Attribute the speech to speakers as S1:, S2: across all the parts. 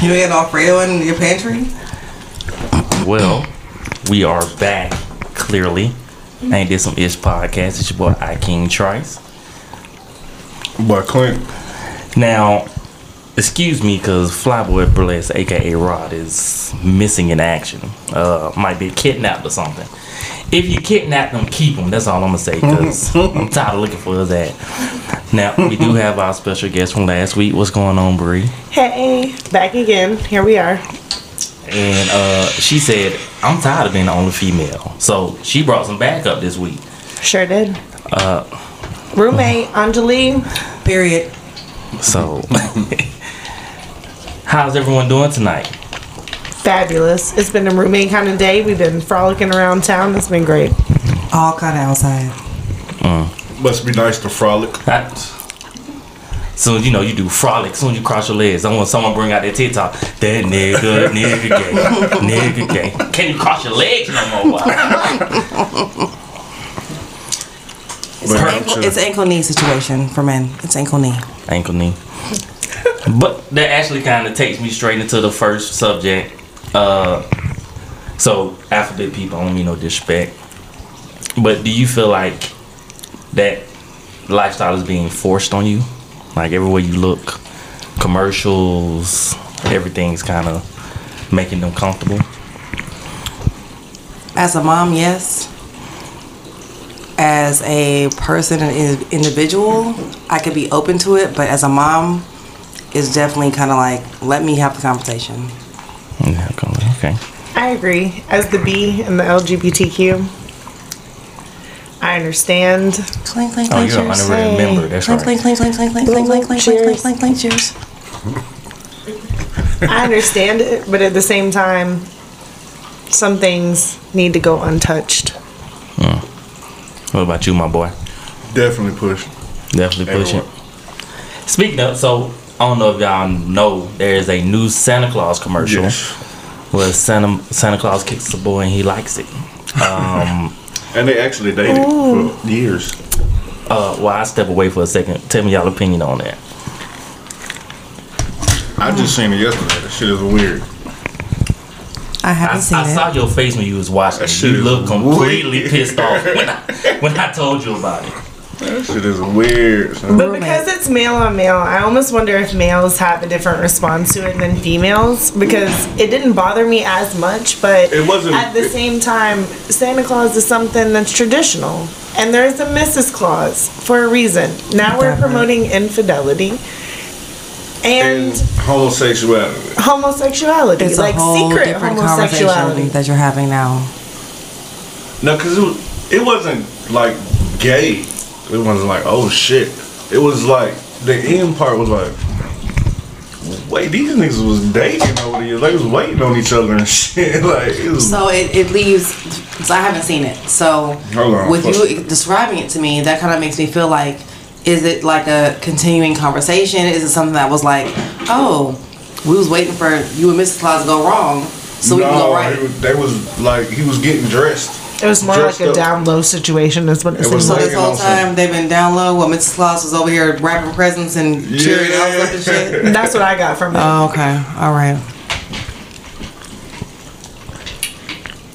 S1: You had Alfredo in your pantry?
S2: Well, we are back, clearly. Ain't this some ish podcast? It's your boy I King Trice.
S3: But Clint,
S2: Now, excuse me, because Flyboy Burlesque, aka Rod, is missing in action. Uh, might be kidnapped or something. If you kidnap them, keep them. That's all I'm gonna say. Cause I'm tired of looking for his ass. Now we do have our special guest from last week. What's going on, Bree?
S4: Hey, back again. Here we are.
S2: And uh, she said, "I'm tired of being the only female." So she brought some backup this week.
S4: Sure did. Roommate Anjali.
S1: Period.
S2: So, how's everyone doing tonight?
S4: Fabulous. It's been a roommate kind of day. We've been frolicking around town. It's been great.
S1: All kind of outside.
S3: must be nice to frolic.
S2: I- Soon as you know you do frolic. Soon as you cross your legs. I want someone bring out their TikTok. That nigga, nigga gay, nigga gay. Can you cross your legs no more? Why?
S1: It's,
S3: Well, I'm
S1: ankle,
S3: sure.
S1: it's ankle knee situation for men. It's ankle knee.
S2: Ankle knee. But that actually kind of takes me straight into the first subject. Uh, so alphabet people, I don't mean no disrespect. But do you feel like that lifestyle is being forced on you? Like everywhere you look, commercials, everything's kind of making them comfortable.
S1: As a mom, yes. As a person, an in- individual, I could be open to it, but as a mom, it's definitely kind of like, let me have the conversation.
S2: Yeah, okay. Oh,
S4: I agree. As the B in the LGBTQ, I understand.
S1: Clink, clink,
S2: Oh,
S1: clink,
S2: you're an
S1: cheers.
S2: honorary
S4: saying.
S2: member. That's
S1: Clink,
S2: right.
S1: clink, clink, clink, clink, clink, clink, clink, clink,
S4: Cheers.
S1: clink, clink, clink, cheers.
S4: I understand it, but at the same time, some things need to go untouched.
S2: What about you, my boy?
S3: Definitely push.
S2: Definitely pushing.
S3: Everyone.
S2: Speaking of, so I don't know if y'all know, there is a new Santa Claus commercial
S3: Yes.
S2: where Santa Santa Claus kicks the boy and he likes it. Um,
S3: And they actually dated for years.
S2: uh, well, I step away for a second. Tell me y'all opinion on that.
S3: I just seen it yesterday. That shit is weird.
S1: I
S2: I, I
S1: haven't seen
S2: saw
S1: it.
S2: your face when you was watching.
S3: That
S2: it.
S3: shit
S2: You
S3: is
S2: looked completely
S3: weird.
S2: pissed off when I, when I told you about it.
S3: That shit is weird. son.
S4: But because it's male on male, I almost wonder if males have a different response to it than females because it didn't bother me as much. But
S3: It wasn't-
S4: at the same time, Santa Claus is something that's traditional, and there is a Mrs. Claus for a reason. Now we're
S1: Definitely.
S4: promoting infidelity and
S3: And homosexuality.
S4: homosexuality,
S1: It's
S4: like
S1: a whole
S4: secret
S1: different conversation
S4: homosexuality.
S1: that you're having now.
S3: No, cause it, was, it wasn't like gay. It wasn't like oh shit. It was like the end part was like. Wait, these niggas was dating over the years. They was waiting on each other and shit. Like, it was,
S1: So it, it leaves. So I haven't seen it. So
S3: Hold on,
S1: with
S3: first-
S1: you describing it to me, that kind of makes me feel like, is it like a continuing conversation? Is it something that was like, oh, we was waiting for you and Mrs. Claus to go wrong, so we can
S3: no,
S1: go
S3: it
S1: right.
S3: was, they was like he was getting dressed.
S4: It was more like
S3: Dressed
S4: a
S3: up.
S4: down low situation, is what it,
S3: It
S4: seems
S3: was
S1: So
S4: like.
S1: this
S3: Waiting
S1: whole
S3: on
S1: time they've been down low while Mrs. Claus was over here wrapping presents and cheering us up and shit.
S4: That's what I got from it.
S1: Oh, okay, all right,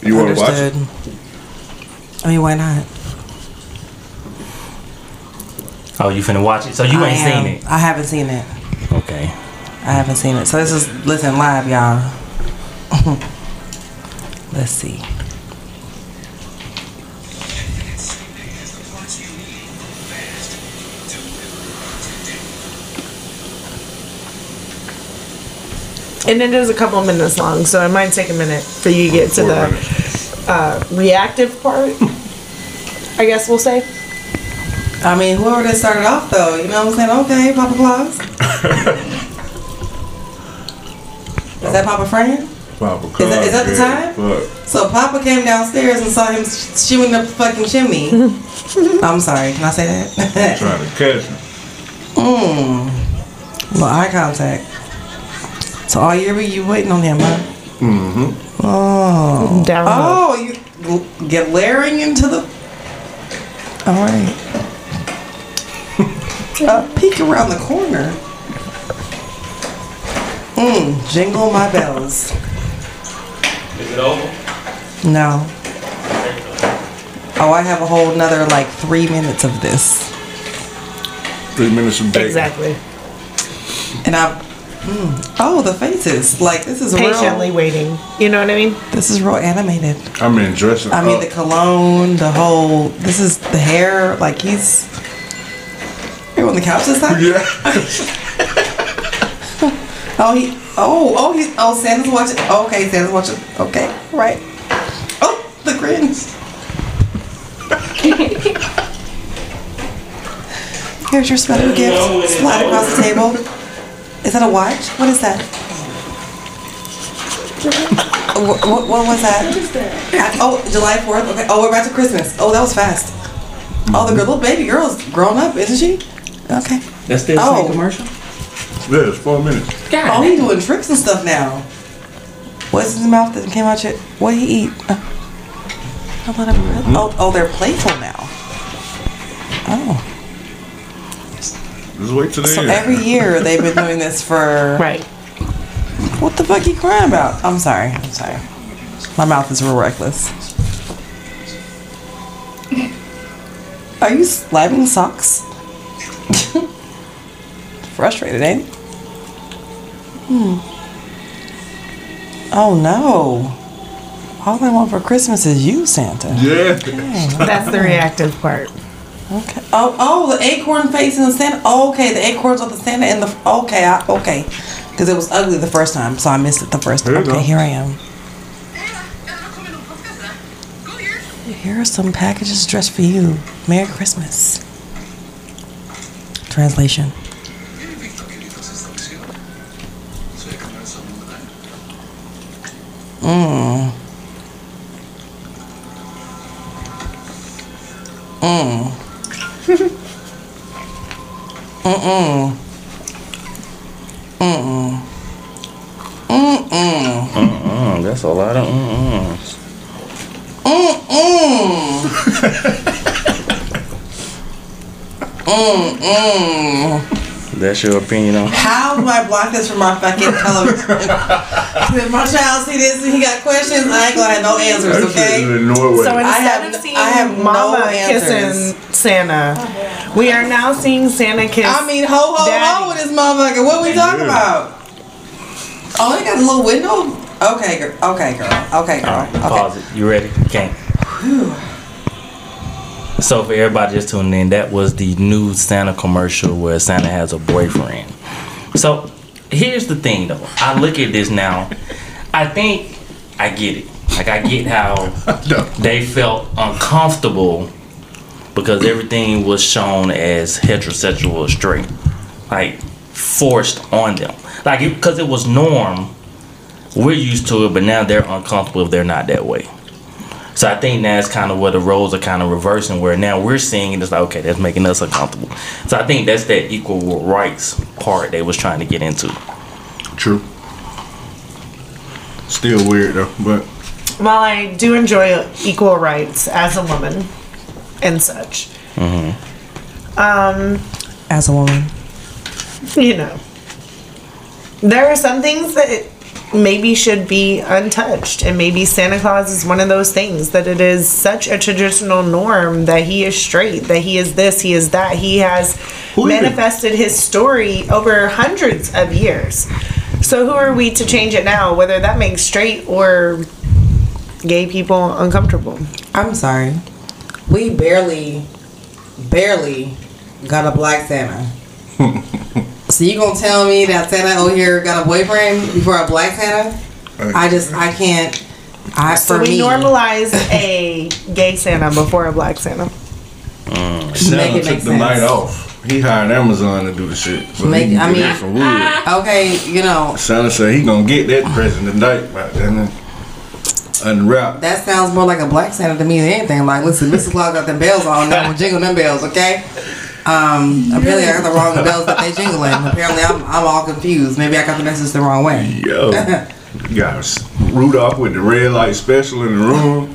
S3: You want to watch
S1: understood.
S3: it?
S1: I mean, why not?
S2: Oh, you finna watch it? So you
S1: I
S2: ain't
S1: am-
S2: seen it?
S1: I haven't seen it.
S2: Okay.
S1: I haven't seen it. So this is listen live, y'all. Let's see.
S4: And it is a couple minutes long, so it might take a minute for you to get to
S3: Four
S4: the uh,
S3: minutes.
S4: reactive part. I guess we'll say.
S1: I mean, whoever that started off though, you know what I'm saying? Okay, Papa Claus. is that Papa Fran?
S3: Papa
S1: Is that- is that the time?
S3: Fuck.
S1: So Papa came downstairs and saw him sh- shooing up the fucking chimney. I'm sorry, can I say that?
S3: Trying to catch him.
S1: Mmm. Little eye contact. So all year we you waiting on him, huh? Mm-hmm. Oh.
S4: Down low.
S1: Oh, you gl- get layering into the. All right. uh, peek around the corner. Mm, jingle my bells.
S2: Is it over?
S1: No. Oh, I have a whole nother like three minutes of this.
S3: Three minutes of bacon.
S4: Exactly.
S1: And I. Mm, oh, the faces. Like, this is
S4: Patiently
S1: real.
S4: waiting. You know what I mean?
S1: This is real animated.
S3: I mean, dressing
S1: I mean,
S3: up.
S1: the cologne, the whole. This is the hair. Like, he's. You're on the couch this time?
S3: yeah.
S1: Oh, he. Oh, oh, he's. Oh, Santa's watching. Oh, okay, Santa's watching. Okay, right. Oh, the grins. Here's your special gift. Slide across the table. Is that a watch? What is that? what, what, what was that? Oh, July 4th. Okay. Oh, we're back to Christmas. Oh, that was fast. Oh, the little baby girl's grown up, isn't she? Okay.
S2: That's still
S1: Oh.
S2: oh. commercial.
S3: Yeah, it's four minutes.
S1: Oh, he doing tricks and stuff now. What's in his mouth that came out? Your, what he eat? Uh, I thought I read- oh, oh, they're playful now. Oh,
S3: Just wait till the
S1: so
S3: end.
S1: every year they've been doing this for.
S4: Right.
S1: What the fuck you crying about? I'm sorry. I'm sorry. My mouth is real reckless. Are you slapping socks? Frustrated, ain't? it? Hmm. Oh no. All I want for Christmas is you, Santa. Hmm,
S3: yeah.
S4: That's the reactive part.
S1: Okay. Oh, oh, the acorn face and the Santa. Oh, okay, the acorns with the Santa and the. Okay, I, okay, because it was ugly the first time, so I missed it the first time.
S3: There you
S1: Okay,
S3: go.
S1: here I am.
S5: Jeg har kommet noen postkasse. God jul!
S1: Here are some packages dressed for you. Merry Christmas. Translation. Mm. Mm. Mm-mm. Mm-mm. Mm-mm.
S2: Mm-mm, Mm, that's a lot of mm, mm-mm.
S1: Mm-mm. Mm-mm.
S2: That's your opinion on.
S1: How do I block this from my fucking television? if my child see this and he got questions, I ain't gonna have no answers,
S3: That shit
S1: okay?
S3: is in Norway.
S4: So instead
S1: have-
S4: of seeing
S1: I have no
S4: Mama
S1: answers.
S4: kissing Santa, we are now seeing Santa kiss.
S1: I mean, ho ho ho with this motherfucker. What we talking about? Oh, they got a little window. Okay, girl. Okay, girl. Okay, girl.
S2: All right,
S1: Okay.
S2: pause it. You ready? Okay. So for everybody just tuning in, that was the new Santa commercial where Santa has a boyfriend. So here's the thing though. I look at this now. I think I get it. Like I get how
S3: No.
S2: they felt uncomfortable because everything was shown as heterosexual or straight. Like forced on them. Like because it was norm we're used to it, but now they're uncomfortable if they're not that way. So I think that's kind of where the roles are kind of reversing, where now we're seeing it, it's like, okay, that's making us uncomfortable. So I think that's that equal rights part they was trying to get into.
S3: True. Still weird though, but
S4: While I do enjoy equal rights as a woman and such,
S1: As a woman.
S4: you know, there are some things that maybe should be untouched, and maybe Santa Claus is one of those things that it is such a traditional norm that he is straight, that he is this, he is that, he has
S3: Who even-
S4: manifested his story over hundreds of years. So who are we to change it now? Whether that makes straight or gay people uncomfortable.
S1: I'm sorry. We barely, barely got a black Santa. so you gonna tell me that Santa over here got a boyfriend before a black Santa? I just, I can't. I
S4: So
S1: for
S4: we
S1: me,
S4: normalize a gay Santa before a black Santa.
S1: Make
S3: Santa
S1: it
S3: took
S1: make
S3: the night
S1: sense.
S3: off. He hired Amazon to do the shit. So he
S1: Make-
S3: can
S1: I
S3: get
S1: mean-
S3: some wood.
S1: Okay, you know
S3: Santa said he gonna get that present tonight, but then unwrap.
S1: that sounds more like a black Santa to me than anything. Like, listen, Mrs. Claus got them bells on. Now we jingle them bells, okay? Um, apparently I got the wrong bells that they jingling. Apparently I'm, I'm all confused. Maybe I got the message the wrong way.
S3: Yo, you got Rudolph with the red light special in the room.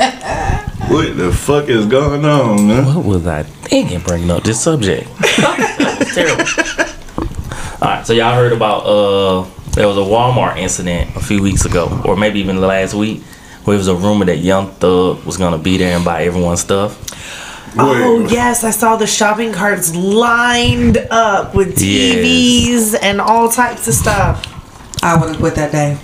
S3: what the fuck is going on, man?
S2: What was I thinking bringing up this subject? terrible. All right, so y'all heard about uh there was a Walmart incident a few weeks ago, or maybe even last week, where it was a rumor that Young Thug was gonna be there and buy everyone's stuff.
S4: Oh yes, I saw the shopping carts lined up with TVs and all types of stuff.
S1: I would have quit that day.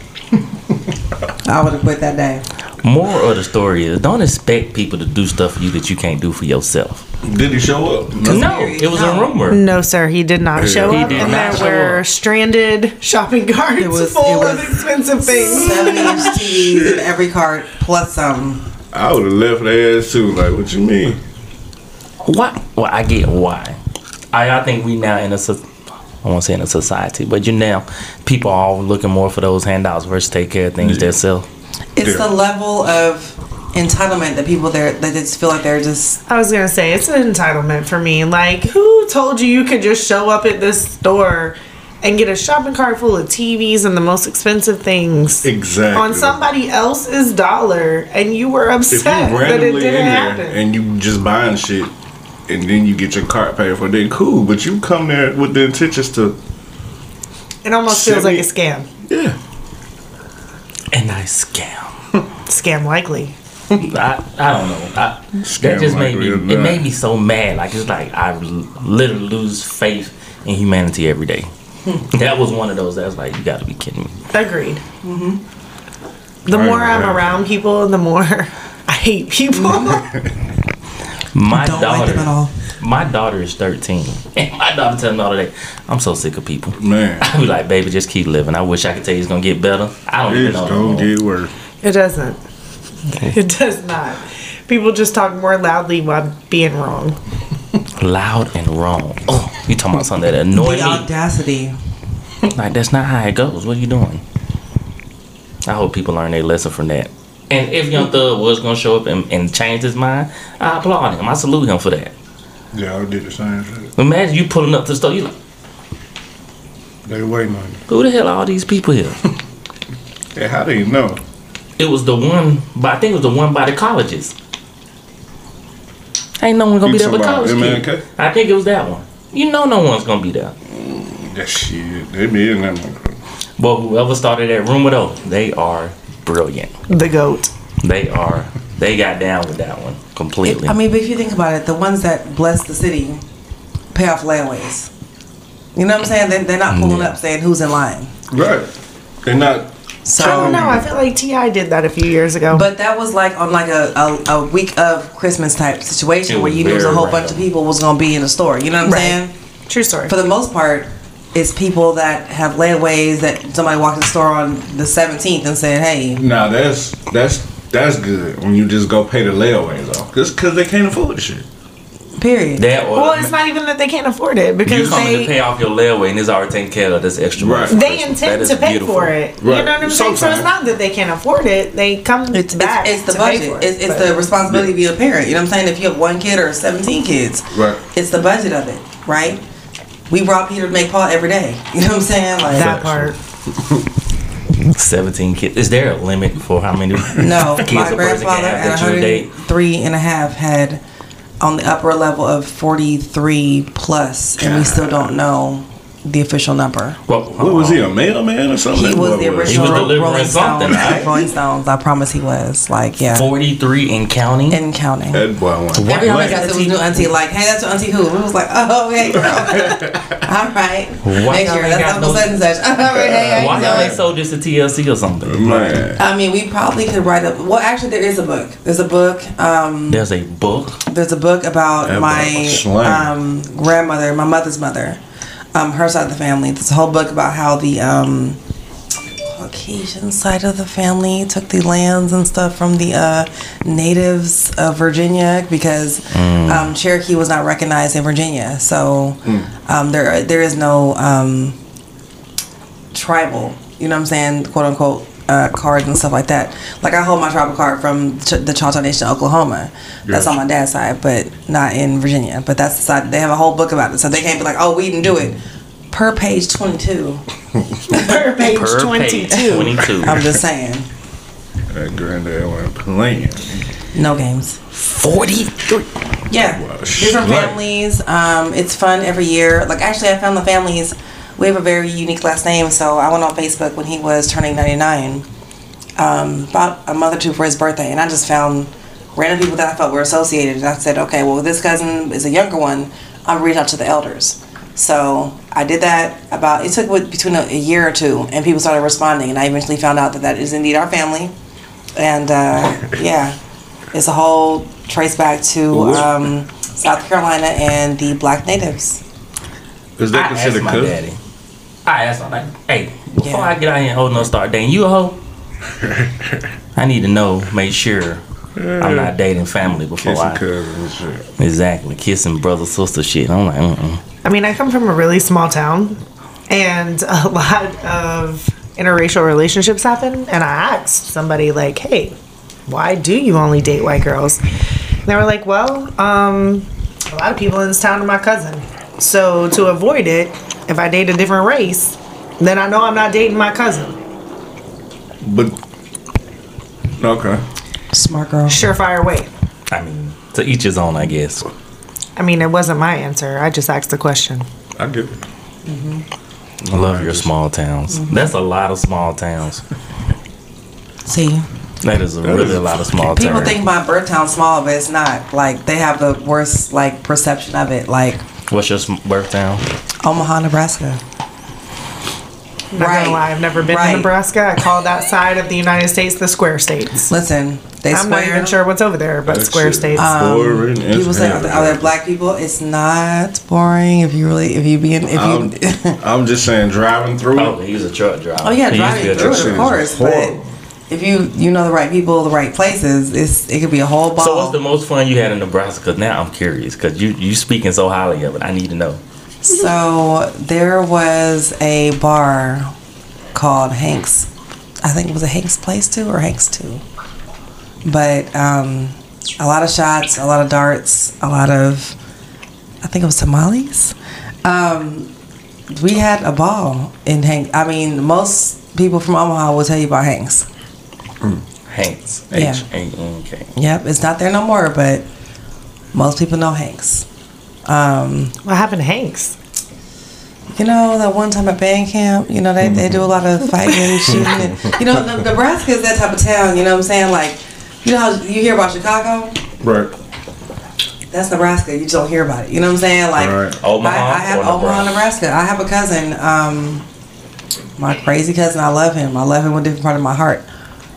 S1: I would have quit that day.
S2: Moral of the story is don't expect people to do stuff for you that you can't do for yourself.
S3: Did he show up? No.
S2: No, it was a
S1: No.
S2: rumor.
S4: No, sir, he did not show
S2: He
S4: up,
S2: did
S4: and
S2: not show
S4: there were
S2: up.
S4: stranded shopping carts
S1: was-
S4: full
S1: it
S4: of
S1: was-
S4: expensive things.
S1: Seventy inch TVs in every cart plus some.
S3: I would have left their ass too. Like, what you mean?
S2: Why? Well, I get why. I I think we now in a so- I won't say in a society, but you now people are all looking more for those handouts versus take care of things themselves.
S1: It's
S3: Yeah.
S1: the level of entitlement that people there that just feel like they're just
S4: I was gonna say it's an entitlement for me. Like, who told you you could just show up at this store and get a shopping cart full of TVs and the most expensive things
S3: Exactly.
S4: on somebody else's dollar, and you were
S3: If you
S4: upset that it
S3: randomly in
S4: didn't
S3: there
S4: happen?
S3: and you just buying shit, and then you get your cart paid for, then cool. But you come there with the intentions to,
S4: it almost feels like a
S3: Shit.
S4: scam.
S3: yeah.
S2: And I scam.
S4: Scam likely.
S2: I, I don't know. I, that
S3: Scam
S2: just made
S3: like
S2: me.
S3: real
S2: It
S3: bad.
S2: made me so mad. Like it's like I l- literally lose faith in humanity every day. that was one of those. That was like you got to be kidding me.
S4: Agreed. Mm-hmm. The
S3: Right,
S4: more I'm
S3: right.
S4: around people, the more I hate people.
S2: My
S1: don't like
S2: daughter.
S1: them at all.
S2: My daughter is thirteen, and my daughter telling me all today, "I'm so sick of people."
S3: Man,
S2: I be like, "Baby, just keep living." I wish I could tell you it's gonna get better. I don't even
S3: it's
S2: know.
S3: gonna get worse.
S4: it doesn't. It does not. People just talk more loudly while being wrong.
S2: Loud and wrong. Oh, you talking about something that annoyed
S1: the
S2: me?
S1: audacity.
S2: Like that's not how it goes. What are you doing? I hope people learn their lesson from that. And if Young Thug was gonna show up and, and change his mind, I applaud him. I salute him for that.
S3: Yeah, I did the same shit.
S2: Imagine you pulling up to the store, you like,
S3: They waiting on you.
S2: who the hell are all these people here?
S3: Hey, how do you know?
S2: it was the one, but I think it was the one by the colleges. Ain't no one gonna be
S3: You
S2: there but college
S3: talking about
S2: kids. I think it was that one. You know, no one's gonna be there.
S3: That shit, they be in that motherfucker.
S2: But whoever started that rumor though, they are brilliant.
S4: The goat.
S2: They are. They got down with that one completely.
S1: I mean, but if you think about it, the ones that bless the city pay off layaways. You know what I'm saying? They, they're not pulling
S2: Mm, Yeah.
S1: up saying who's in line.
S3: Right. They're not.
S1: So,
S4: I
S3: Um,
S4: don't know. I feel like Ti did that a few years ago.
S1: But that was like on like a, a, a week of Christmas type
S2: It
S1: situation where
S2: was
S1: you knew a
S2: very
S1: whole bunch
S2: random.
S1: of people was gonna be in the store. You know what I'm
S4: Right.
S1: saying?
S4: True story.
S1: For the most part, it's people that have layaways that somebody walked in the store on the 17th and said, "Hey,
S3: Nah, that's that's that's good when you just go pay the layaways off. Just cause they can't afford the shit.
S1: period."
S2: that or
S4: well, it's not even that they can't afford it
S2: you
S4: because
S2: coming to
S4: they
S2: pay off your layaway and it's already taken care of. That's extra
S3: Right.
S2: money. for
S4: they
S2: Christmas. That
S4: intend
S2: is
S4: to pay
S2: beautiful.
S4: for it. You
S3: Right.
S4: know what I'm saying? So it's
S3: Sometimes.
S4: not that they can't afford it. They come
S1: It's,
S4: back.
S1: it's, it's the
S4: to pay for
S1: budget.
S4: it,
S1: it's it's
S4: but-
S1: the responsibility of being a parent. You know what I'm saying? If you have one kid or 17 kids,
S3: Right.
S1: it's the budget of it, right? We rob Peter to make Paul every day. You know what I'm saying? Like
S4: that part.
S2: Seventeen kids. Is there a limit for how many?
S1: No,
S2: kids
S1: my
S2: a person can
S1: grandfather at
S2: have that you date?
S1: 103 and a half had on the upper level of 43 plus, and we still don't know the official number.
S2: Well,
S3: What was Uh-huh. he, a mailman or something?
S1: He
S3: That
S1: was
S3: boy
S1: the original
S2: delivering
S1: Rolling
S2: something,
S1: Stones.
S2: right?
S1: Rolling Stones, I promise he was. Like, yeah.
S2: Forty-three and counting.
S1: And counting.
S3: That boy went.
S1: Every time I
S2: Wait.
S1: got to was new auntie, like, hey, that's your auntie who? And we was like, oh, okay, girl. All right.
S2: Why
S1: Make
S2: y'all
S1: sure
S2: ain't
S1: that's
S2: got
S1: Uncle
S2: no-
S1: such and such. All right, hey, how
S2: Why
S1: you
S2: y'all
S1: doing?
S2: ain't sold this to TLC or something?
S3: Man,
S1: I mean, we probably could write a. Well, actually, there is a book. There's a book. Um,
S2: There's a book.
S1: there's a book about
S3: That book
S1: my
S3: was slang.
S1: um, grandmother, my mother's mother, um, her side of the family. There's a whole book about how the um, Caucasian side of the family took the lands and stuff from the uh, natives of Virginia because
S3: Hmm.
S1: um, Cherokee was not recognized in Virginia. So um, there there is no um, tribal, you know what I'm saying, quote unquote. Uh, cards and stuff like that. Like I hold my tribal card from Ch- the Choctaw Nation, of Oklahoma. That's
S3: Yes.
S1: on my dad's side, but not in Virginia. But that's the side. They have a whole book about it, so they can't be like, "Oh, we didn't do it." Per page twenty-two.
S4: Per page
S2: Per page,
S4: 22.
S2: Twenty-two.
S1: I'm just saying,
S3: that granddad went playing.
S1: no games.
S2: Forty-three.
S1: Yeah,
S3: Wow,
S1: different
S3: shit.
S1: families. Um, it's fun every year. Like actually, I found the families We have a very unique last name, so I went on Facebook when he was turning 99, um, about a month or two for his birthday, and I just found random people that I felt were associated, and I said, okay, well, this cousin is a younger one. I'll reach out to the elders. So I did that about, it took what, between a, a year or two, and people started responding, and I eventually found out that that is indeed our family. And uh, yeah, it's a whole trace back to um, South Carolina and the black natives.
S3: Is that
S2: I asked
S3: considered
S2: my
S3: cool?
S2: daddy. I asked him, like, hey, before
S1: Yeah.
S2: I get out here and hold no start dating, you a hoe? I need to know, make sure I'm not dating family before
S3: Kiss and
S2: I.
S3: cousins and shit.
S2: Exactly, kissing brother, sister shit. I'm like, mm-mm.
S4: I mean, I come from a really small town, and a lot of interracial relationships happen. And I asked somebody, like, hey, why do you only date white girls? And they were like, well, um, a lot of people in this town are my cousin. So to avoid it, if I date a different race, then I know I'm not dating my cousin.
S3: But okay,
S1: Smart girl.
S4: Surefire way.
S2: I mean, to each his own, I guess.
S4: I mean, it wasn't my answer. I just asked the question.
S3: I get it.
S2: I love your small towns.
S1: Mm-hmm.
S2: That's a lot of small towns.
S1: See,
S2: That is a really
S3: is-
S2: a lot of small
S1: People
S2: towns.
S1: think my birth town's small, but it's not. Like they have the worst like perception of it. Like
S2: What's your sm- birth town?
S1: Omaha, Nebraska.
S4: I'm Not
S1: Right.
S4: gonna lie, I've never been
S1: Right.
S4: to Nebraska. I call that side of the United States the square states.
S1: Listen, they
S4: I'm not
S1: swear.
S4: even sure what's over there, but
S3: That
S4: square
S3: Oh, shit
S4: states.
S1: Uh,
S4: um,
S3: boring as
S1: People say,
S3: hell.
S1: "Are there- are there black people?" It's not boring if you really if you be in if
S3: I'm,
S1: you.
S3: I'm just saying, driving through
S2: Oh,
S3: it.
S2: he's a truck driver.
S1: oh yeah,
S2: He used to be
S1: driving
S2: a
S1: through
S2: truck
S1: it,
S3: shit
S1: of
S3: is
S1: course. But
S3: horrible.
S1: if you you know the right people, the right places, it's it could be a whole ball.
S2: So what's the most fun you had in Nebraska? Now I'm curious because you you speaking so highly of it. I need to know.
S1: Mm-hmm. So there was a bar called Hank's. I think it was a Hank's Place too, or Hank's Two. But um, a lot of shots, a lot of darts, a lot of. I think it was tamales. Um, we had a ball in Hank. I mean, most people from Omaha will tell you about Hanks.
S2: Hanks.
S1: Yeah.
S2: H A N K.
S1: Yep, it's not there no more, but most people know Hanks. Um,
S4: What happened to Hanks?
S1: You know, that one time at band camp, you know, they, they do a lot of fighting and shooting. And, you know, Ne- Nebraska is that type of town, you know what I'm saying? Like, you know how you hear about Chicago?
S3: Right.
S1: That's Nebraska. You just don't hear about it. You know what I'm saying? Like,
S3: Right.
S2: Omaha
S1: I, I have
S2: or
S1: Omaha, Nebraska. I have a cousin, um, my crazy cousin. I love him. I love him with a different part of my heart.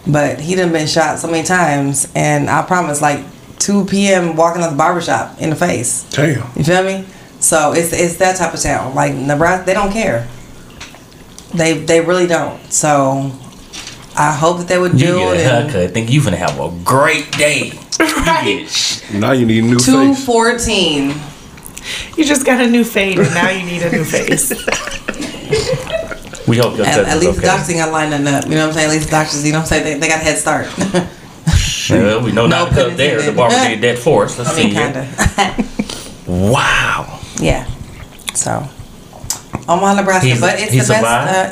S1: But he done been shot so many times, and I promise, like 2 p.m. walking out the barbershop in the face.
S3: Damn.
S1: You feel me? So it's it's that type of town. Like Nebraska, they don't care. They they really don't. So I hope that they would
S2: You
S1: do
S2: get a
S1: it. in
S2: haircut. Think you finna have a great day. You get sh-
S3: Now you need a new
S1: Two
S3: face.
S1: fourteen.
S4: You just got a new fade, and now you need a new face.
S2: we hope your
S1: At,
S2: test
S1: at
S2: is
S1: least the
S2: okay.
S1: doctors ain't gotta line nothing up. You know what I'm saying? At least the doctors, you know what I'm saying? They, they got a head start.
S2: Well, we know not to
S1: pun
S2: cut there. The
S1: intended.
S2: barber did that for us. Let's
S1: I mean,
S2: see here.
S1: kinda.
S2: Wow.
S1: yeah. So Omaha, Nebraska,
S2: He's-
S1: but it's
S2: he
S1: the best. Uh,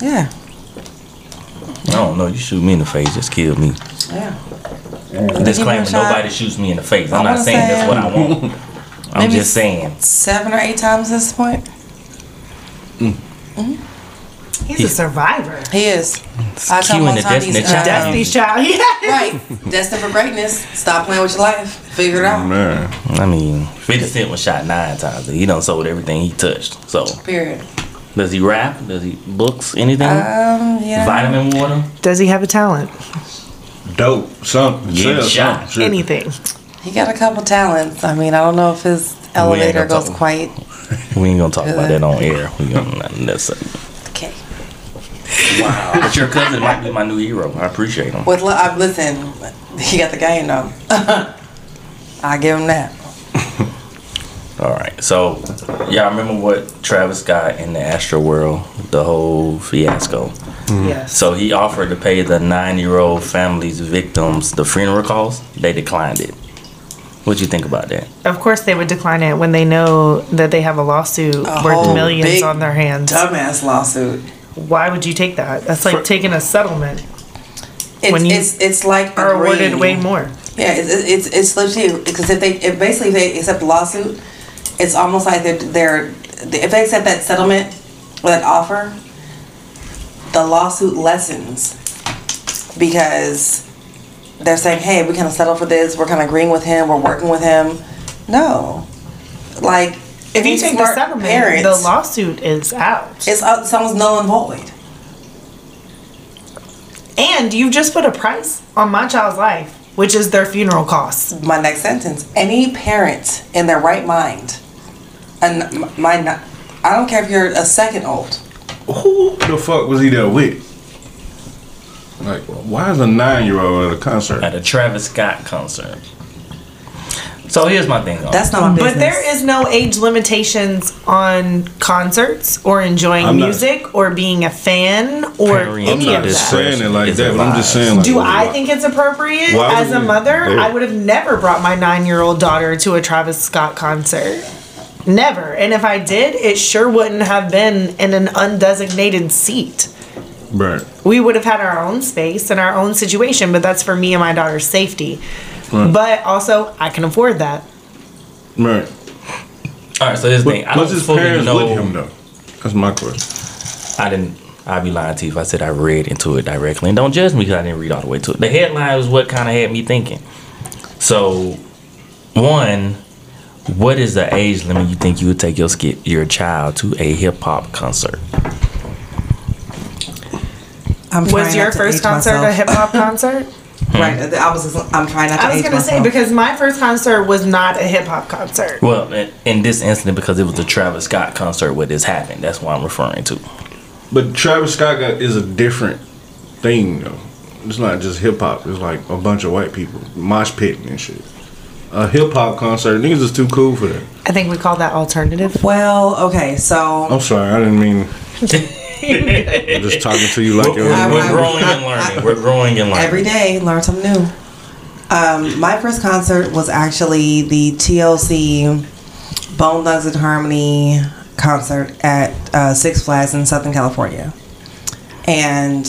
S1: yeah. Yeah.
S2: I don't know. You shoot me in the face, just kill me.
S1: Yeah.
S2: Disclaimer:
S1: shot.
S2: Nobody shoots me in the face.
S1: I
S2: I'm not
S1: wanna
S2: saying
S1: say- um,
S2: that's what I want. I'm
S1: Maybe
S2: just saying.
S1: Seven or eight times at this point.
S4: He's a survivor.
S1: He is. I tell
S2: Cue in
S1: him all
S2: the
S1: the time he's,
S2: Destiny
S1: uh,
S2: Child.
S4: Destiny's Child. Yeah.
S1: Right. Destined for greatness. Stop playing with your life. Figure it out.
S3: Oh, Man,
S2: I mean, 50 Cent was shot nine times. He done sold everything he touched. So,
S1: Period.
S2: does he rap? Does he books? Anything?
S1: Um, yeah.
S2: Vitamin water?
S4: Does he have a talent?
S3: dope. Something.
S2: Yeah,
S3: sell
S2: shot.
S3: something, shit.
S4: Anything?
S1: He got a couple talents. I mean, I don't know if his elevator
S2: gonna
S1: goes
S2: talk-
S1: quite.
S2: We ain't gonna talk about that on air. We gonna not necessarily.
S1: Okay.
S2: Wow. But your cousin might be my new hero. I appreciate him.
S1: With love, I listen. He got the game though. I give him that.
S2: All right. So, y'all remember what Travis got in the Astro World? The whole fiasco.
S4: Yes.
S2: So he offered to pay the nine-year-old family's victims the funeral costs. They declined it. What you think about that?
S4: Of course, they would decline it when they know that they have a lawsuit worth
S1: whole
S4: millions
S1: big
S4: on their hands.
S1: Dumbass lawsuit.
S4: Why would you take that? That's like taking a settlement
S1: It's
S4: When you
S1: it's, it's like
S4: or awarded
S1: agreeing.
S4: way more.
S1: Yeah, it's it's it's, it's legit because if they if basically if they accept the lawsuit, it's almost like they're, they're if they accept that settlement or that offer, the lawsuit lessens because they're saying, "Hey, we kind of settled for this. We're kind of agreeing with him. We're working with him." No, like
S4: If you
S1: any
S4: take the
S1: smart
S4: settlement,
S1: parents,
S4: the lawsuit is out.
S1: it's uh, someone's null and void.
S4: and you've just put a price on my child's life, which is their funeral costs.
S1: my next sentence. Any parent in their right mind, and m- my, not, I don't care if you're a second old.
S3: Who the fuck was he there with? Like, why is a nine year old at a concert?
S2: at a Travis Scott concert. So here's my thing. on it.
S1: That's not my business.
S4: But there is no age limitations on concerts or enjoying
S3: I'm not-
S4: music or being a fan or
S2: Parents
S3: I'm
S4: any
S3: not
S4: of
S2: is
S3: just
S4: that.
S3: saying it like
S2: It's
S3: that, but I'm just saying. Like,
S4: Do
S3: what
S4: I think it's appropriate
S3: Why would
S4: as a
S3: you-
S4: mother?
S3: Yeah.
S4: I would have never brought my nine year old daughter to a Travis Scott concert. Never. And if I did, it sure wouldn't have been in an undesignated seat.
S3: Right.
S4: we would have had our own space and our own situation, but that's for me and my daughter's safety.
S3: Right.
S4: But also, I can afford that.
S3: Right.
S2: All right, so here's the thing. I
S3: But,
S2: don't
S3: was his
S2: fully
S3: parents
S2: know.
S3: with him though? That's my question.
S2: I didn't. I'd be lying to you if I said I read into it directly. And don't judge me because I didn't read all the way to it. The headline was what kind of had me thinking. So, one, what is the age limit you think you would take your skit, your child to a hip hop concert?
S1: I'm trying
S4: Was your
S1: not to
S4: first
S1: age
S4: concert a
S1: myself. Hmm.
S4: hip hop concert?
S1: Right. I was. I'm trying not to.
S4: I was
S1: age
S4: gonna say
S1: myself.
S4: because my first concert was not a hip hop concert.
S2: Well, in- in this incident, because it was the Travis Scott concert where this happened, that's what I'm referring to.
S3: But Travis Scott got, is a different thing though. It's not just hip hop. It's like a bunch of white people mosh pitting and shit. A hip hop concert, niggas is too cool for that.
S4: I think we call that alternative.
S1: Well, okay, so
S3: I'm sorry, I didn't mean. I'm just talking to you like
S2: We're,
S3: you're.
S1: I-
S2: we're growing and learning. We're growing and learning.
S1: every day learn something new. Um, my first concert was actually the TLC Bone Thugs and Harmony concert at uh, Six Flags in Southern California, and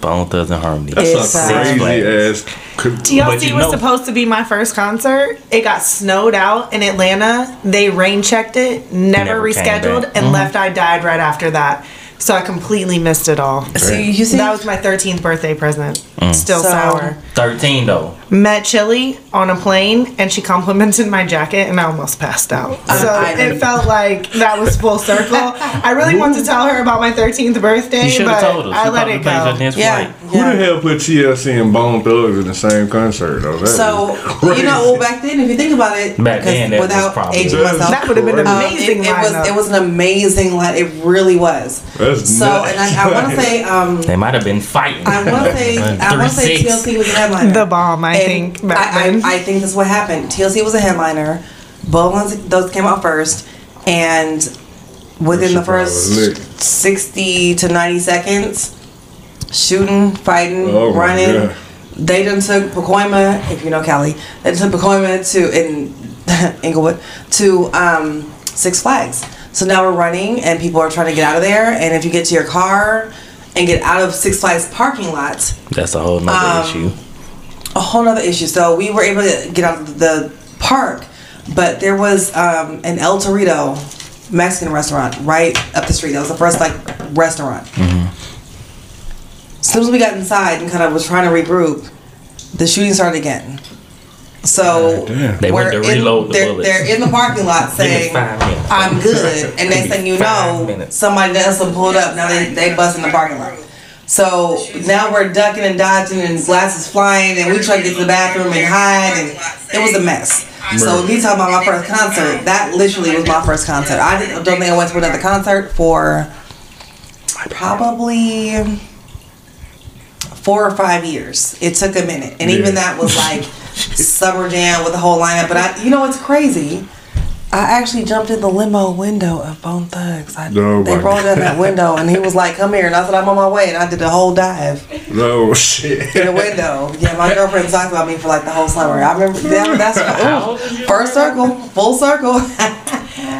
S2: Bone Thugs and Harmony.
S3: That's
S1: It's,
S3: a
S1: uh,
S3: crazy ass.
S4: TLC
S2: you
S4: was
S2: know-
S4: supposed to be my first concert. It got snowed out in Atlanta. They rain checked it, never,
S2: Never came back. Mm-hmm.
S4: rescheduled, and left. I died right after that, so I completely missed it all.
S1: so you, you see
S4: That was my 13th birthday present.
S2: Mm.
S4: Still
S1: So-
S4: sour.
S2: 13, though.
S4: Met Chili on a plane and she complimented my jacket and I almost passed out. So
S1: I know.
S4: it felt like that was full circle. I really wanted to tell her about my 13th birthday,
S2: You should
S4: but
S2: have told us.
S4: I
S2: You
S4: let
S2: probably
S4: it
S2: paid your
S4: go.
S2: next
S1: yeah,
S2: flight.
S3: Who
S1: yeah.
S3: the hell put TLC and Bone Thugs in the same concert though? That is
S1: So
S3: crazy.
S1: you know, well, back then, if you think about it,
S2: Back
S1: because
S2: then, that was
S1: without
S2: probably-
S1: aging
S3: That's
S1: myself,
S4: That would have been an
S3: Um,
S4: amazing
S1: it, it
S4: lineup.
S1: was it was an amazing line. It really was.
S3: That's
S1: so, and I, I want to
S3: nuts.
S1: say, um,
S2: They might have been fighting.
S1: I want to say, I want to say
S2: 36.
S1: TLC was a headliner.
S4: the bomb, I
S1: And
S4: think. Back
S1: I,
S4: then.
S1: I, I think that's what happened. TLC was a headliner. Bowlings, those came out first, and within the
S3: That shit probably was lit.
S1: first sixty to ninety seconds, shooting, fighting,
S3: Oh my
S1: running.
S3: God.
S1: They done took Pacoima, if you know Cali, they done took Pacoima to in Inglewood to um, Six Flags. So now we're running, and people are trying to get out of there. And if you get to your car and get out of Six Flags parking lot,
S2: That's a whole nother issue.
S1: a whole nother issue. So we were able to get out of the park, but there was um, an El Torito Mexican restaurant right up the street. That was the first like restaurant. As soon as we got inside and kind of was trying to regroup, the shooting started again. So
S3: damn.
S2: They went
S1: we're
S2: to reload the
S1: they're,
S2: bullets.
S1: They're in the parking lot
S2: Give me
S1: saying,
S2: five minutes.
S1: "I'm good," and next
S2: Give me
S1: thing you
S2: five
S1: know,
S2: minutes.
S1: somebody else done pulled up. Now they they bust in the parking lot. So now we're ducking and dodging, and glasses flying, and we try to get to the bathroom and hide, and it was a mess. So if you talk about my first concert, that literally was my first concert. I didn't, don't think I went to another concert for probably four or five years. It took a minute, and even that was like summer jam with the whole lineup. But I, you know, it's crazy. I actually jumped in the limo window of Bone Thugs. I,
S3: Oh
S1: they
S3: my
S1: rolled down that window, and he was like, "Come here," and I said, "I'm on my way," and I did a whole dive
S3: No shit.
S1: in the window. Yeah, my girlfriend talked about me for like the whole summer. I remember that, that's ooh, first circle, full circle.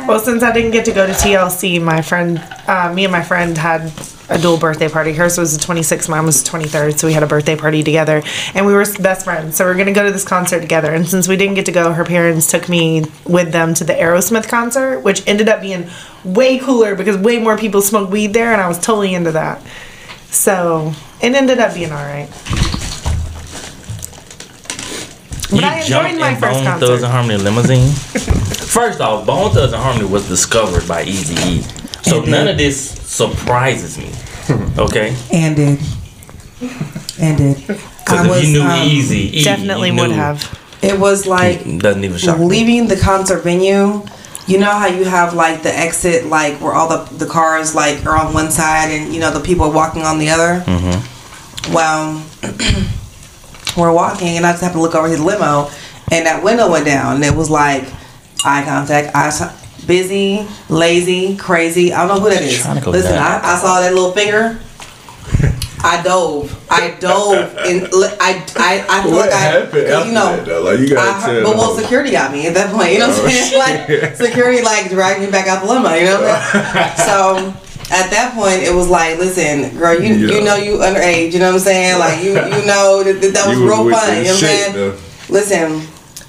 S4: well, since I didn't get to go to TLC, my friend, uh, me and my friend had a dual birthday party. Hers was the 26th, mine was the 23rd, so we had a birthday party together, and we were best friends. So we are gonna go to this concert together. And since we didn't get to go, her parents took me with them to the Aerosmith concert, which ended up being way cooler because way more people smoked weed there, and I was totally into that. So it ended up being all right. But I enjoyed my first
S2: Bone
S4: concert.
S2: Thugs and Harmony limousine. first off, Bone Thugs and Harmony was discovered by Easy E, so none of this surprises me. Okay,
S6: And did. And did.
S2: because if you knew
S6: um,
S2: Easy, E,
S4: Definitely
S2: you
S4: would
S2: knew-
S4: have.
S6: It was like
S2: Doesn't even shock me.
S1: leaving the concert venue you know how you have like the exit like where all the, the cars like are on one side and you know the people are walking on the other
S2: Mm-hmm.
S1: well we're walking and i just happened to look over his limo and that window went down and it was like eye contact eye so- busy lazy crazy i don't know who that is
S2: Trying to go
S1: listen
S2: down.
S1: I, I saw that little finger I dove. I dove, and li- I, I, I feel
S3: What
S1: like I,
S3: happened after
S1: you know,
S3: that though? Like you gotta
S1: I
S3: tell.
S1: heard, but well, security got me at that point. You know what I'm
S3: Oh,
S1: saying? Like security, like dragged me back out the limo. You know what I'm saying? so at that point, it was like, listen, girl, you you
S3: Yeah.
S1: know you underage. You know what I'm saying? Like you you know that, that, that was
S3: You was
S1: real
S3: with
S1: fun. You
S3: that
S1: know what I'm saying?
S3: shit, though.
S1: Listen,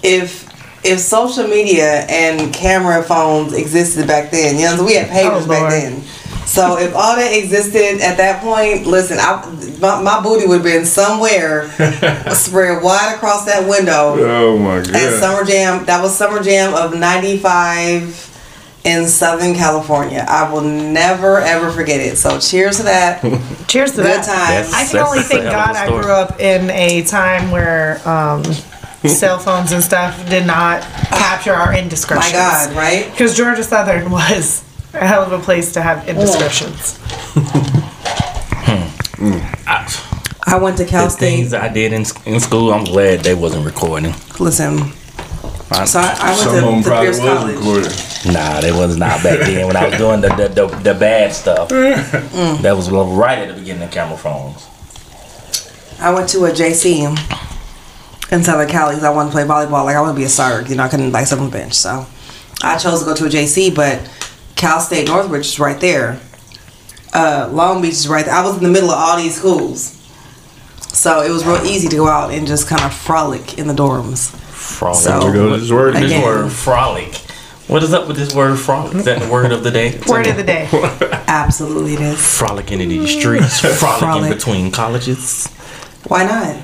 S1: if if social media and camera phones existed back then, you know, we had pagers
S4: Oh,
S1: back
S4: Lord.
S1: then. So if all that existed at that point, listen, I, my, my booty would have been somewhere spread wide across that window
S3: Oh my god.
S1: at Summer Jam. That was Summer Jam of '95 in Southern California. I will never ever forget it. So cheers to that. Good
S4: Cheers to that.
S1: times.
S4: I can
S2: That's-
S4: only
S2: that's a
S4: thank
S2: hell of a
S4: God I
S2: story.
S4: grew up in a time where um, cell phones and stuff did not capture our indiscretions.
S1: My God, right?
S4: Because Georgia Southern was a hell of a place to have indiscretions.
S2: I,
S1: I went to
S2: the
S1: Cal State.
S2: things I did in, in school, I'm glad they wasn't recording.
S1: Listen,
S2: I-
S1: so I, I
S3: Some of them
S1: went to, to
S3: probably
S1: Pierce
S3: was
S1: College.
S3: recorded.
S2: Nah, they was not back then when I was doing the the, the, the bad stuff. That was right at the beginning of camera phones.
S1: I went to a JC in Southern Cali because I wanted to play volleyball. Like I want to be a sergeant, you know. I couldn't like sit on the bench, so I chose to go to a JC. But Cal State Northridge is right there. Uh, Long Beach is right there. I was in the middle of all these schools, so it was real easy to go out and just kind of frolic in the dorms.
S2: Frolic.
S1: So-
S3: You go to this word.
S2: this
S1: Again.
S2: word frolic. What is up with this word frolic? Is that the word of the day?
S4: Word of the day.
S1: Absolutely, it is.
S2: Frolicking in these streets, frolicking
S1: Frolic.
S2: between colleges.
S1: Why not?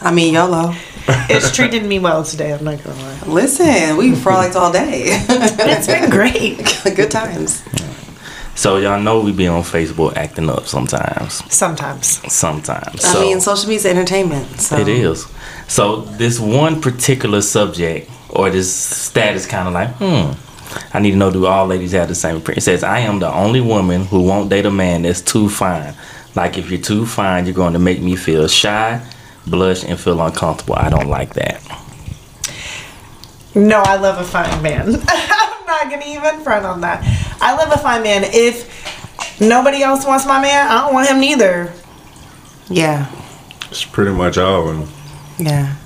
S1: I mean, YOLO.
S4: It's treated me well today, I'm not going to lie.
S1: Listen, we frolicked all day.
S4: It's been great.
S1: Good times.
S2: So y'all know we be on Facebook acting up sometimes.
S4: Sometimes.
S2: Sometimes.
S1: I
S2: so
S1: mean, social media is entertainment. So.
S2: it is. So this one particular subject or this stat is kind of like, hmm. I need to know do all ladies have the same appearance? It says I am the only woman who won't date a man that's too fine. Like if you're too fine, you're going to make me feel shy, blush, and feel uncomfortable. I don't like that.
S4: No, I love a fine man. I'm not going to even front on that. I love a fine man. If nobody else wants my man, I don't want him neither.
S1: Yeah.
S3: It's pretty much all of them.
S1: Yeah.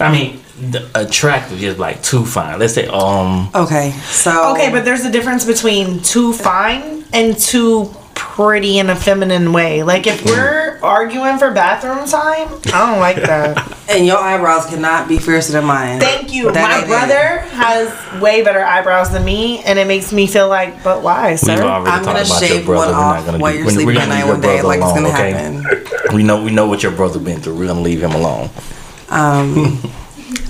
S2: I mean, the attractive is like too fine. Let's say um
S1: Okay. So.
S4: Okay, but there's a difference between too fine and too pretty in a feminine way. Like if we're arguing for bathroom time, Mm. I don't like that.
S1: And your eyebrows cannot be fiercer than mine.
S4: Thank you.
S1: That
S4: My
S1: ain't it.
S4: brother has way better eyebrows than me, and it makes me feel like, but why,
S2: we've
S4: sir?
S2: already
S1: I'm
S2: talked
S1: gonna
S2: about your
S1: shave one
S2: brother. We're
S1: off
S2: not gonna
S1: while
S2: do-
S1: you're
S2: we're- we're
S1: sleeping at
S2: gonna
S1: night
S2: leave
S1: one
S2: your
S1: day,
S2: brother
S1: like it's
S2: alone,
S1: gonna
S2: okay?
S1: happen.
S2: We know we know what your brother been through. We're gonna leave him alone.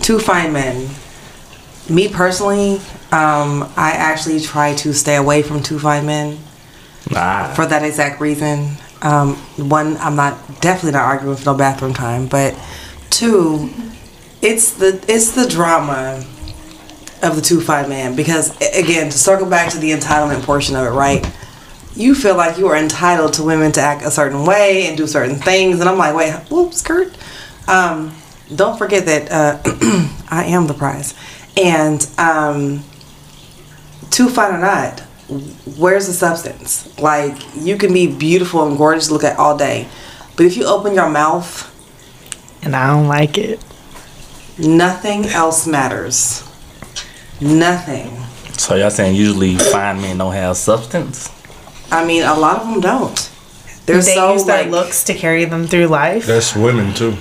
S1: Two fine men. Me personally, um, I actually try to stay away from two fine men
S2: Nah.
S1: for that exact reason. Um, one, I'm not definitely not arguing for no bathroom time, but two, it's the it's the drama of the two five man because a- again to circle back to the entitlement portion of it right you feel like you are entitled to women to act a certain way and do certain things and i'm like wait whoops kurt um, don't forget that uh, i am the prize and um, too fine or not where's the substance like you can be beautiful and gorgeous to look at all day but if you open your mouth
S4: And I don't like it.
S1: nothing else matters nothing
S2: So y'all saying usually fine men don't have substance?
S1: I mean, a lot of them don't. They're
S4: they
S1: so
S4: use their
S1: like.
S4: looks to carry them through life.
S3: That's women too,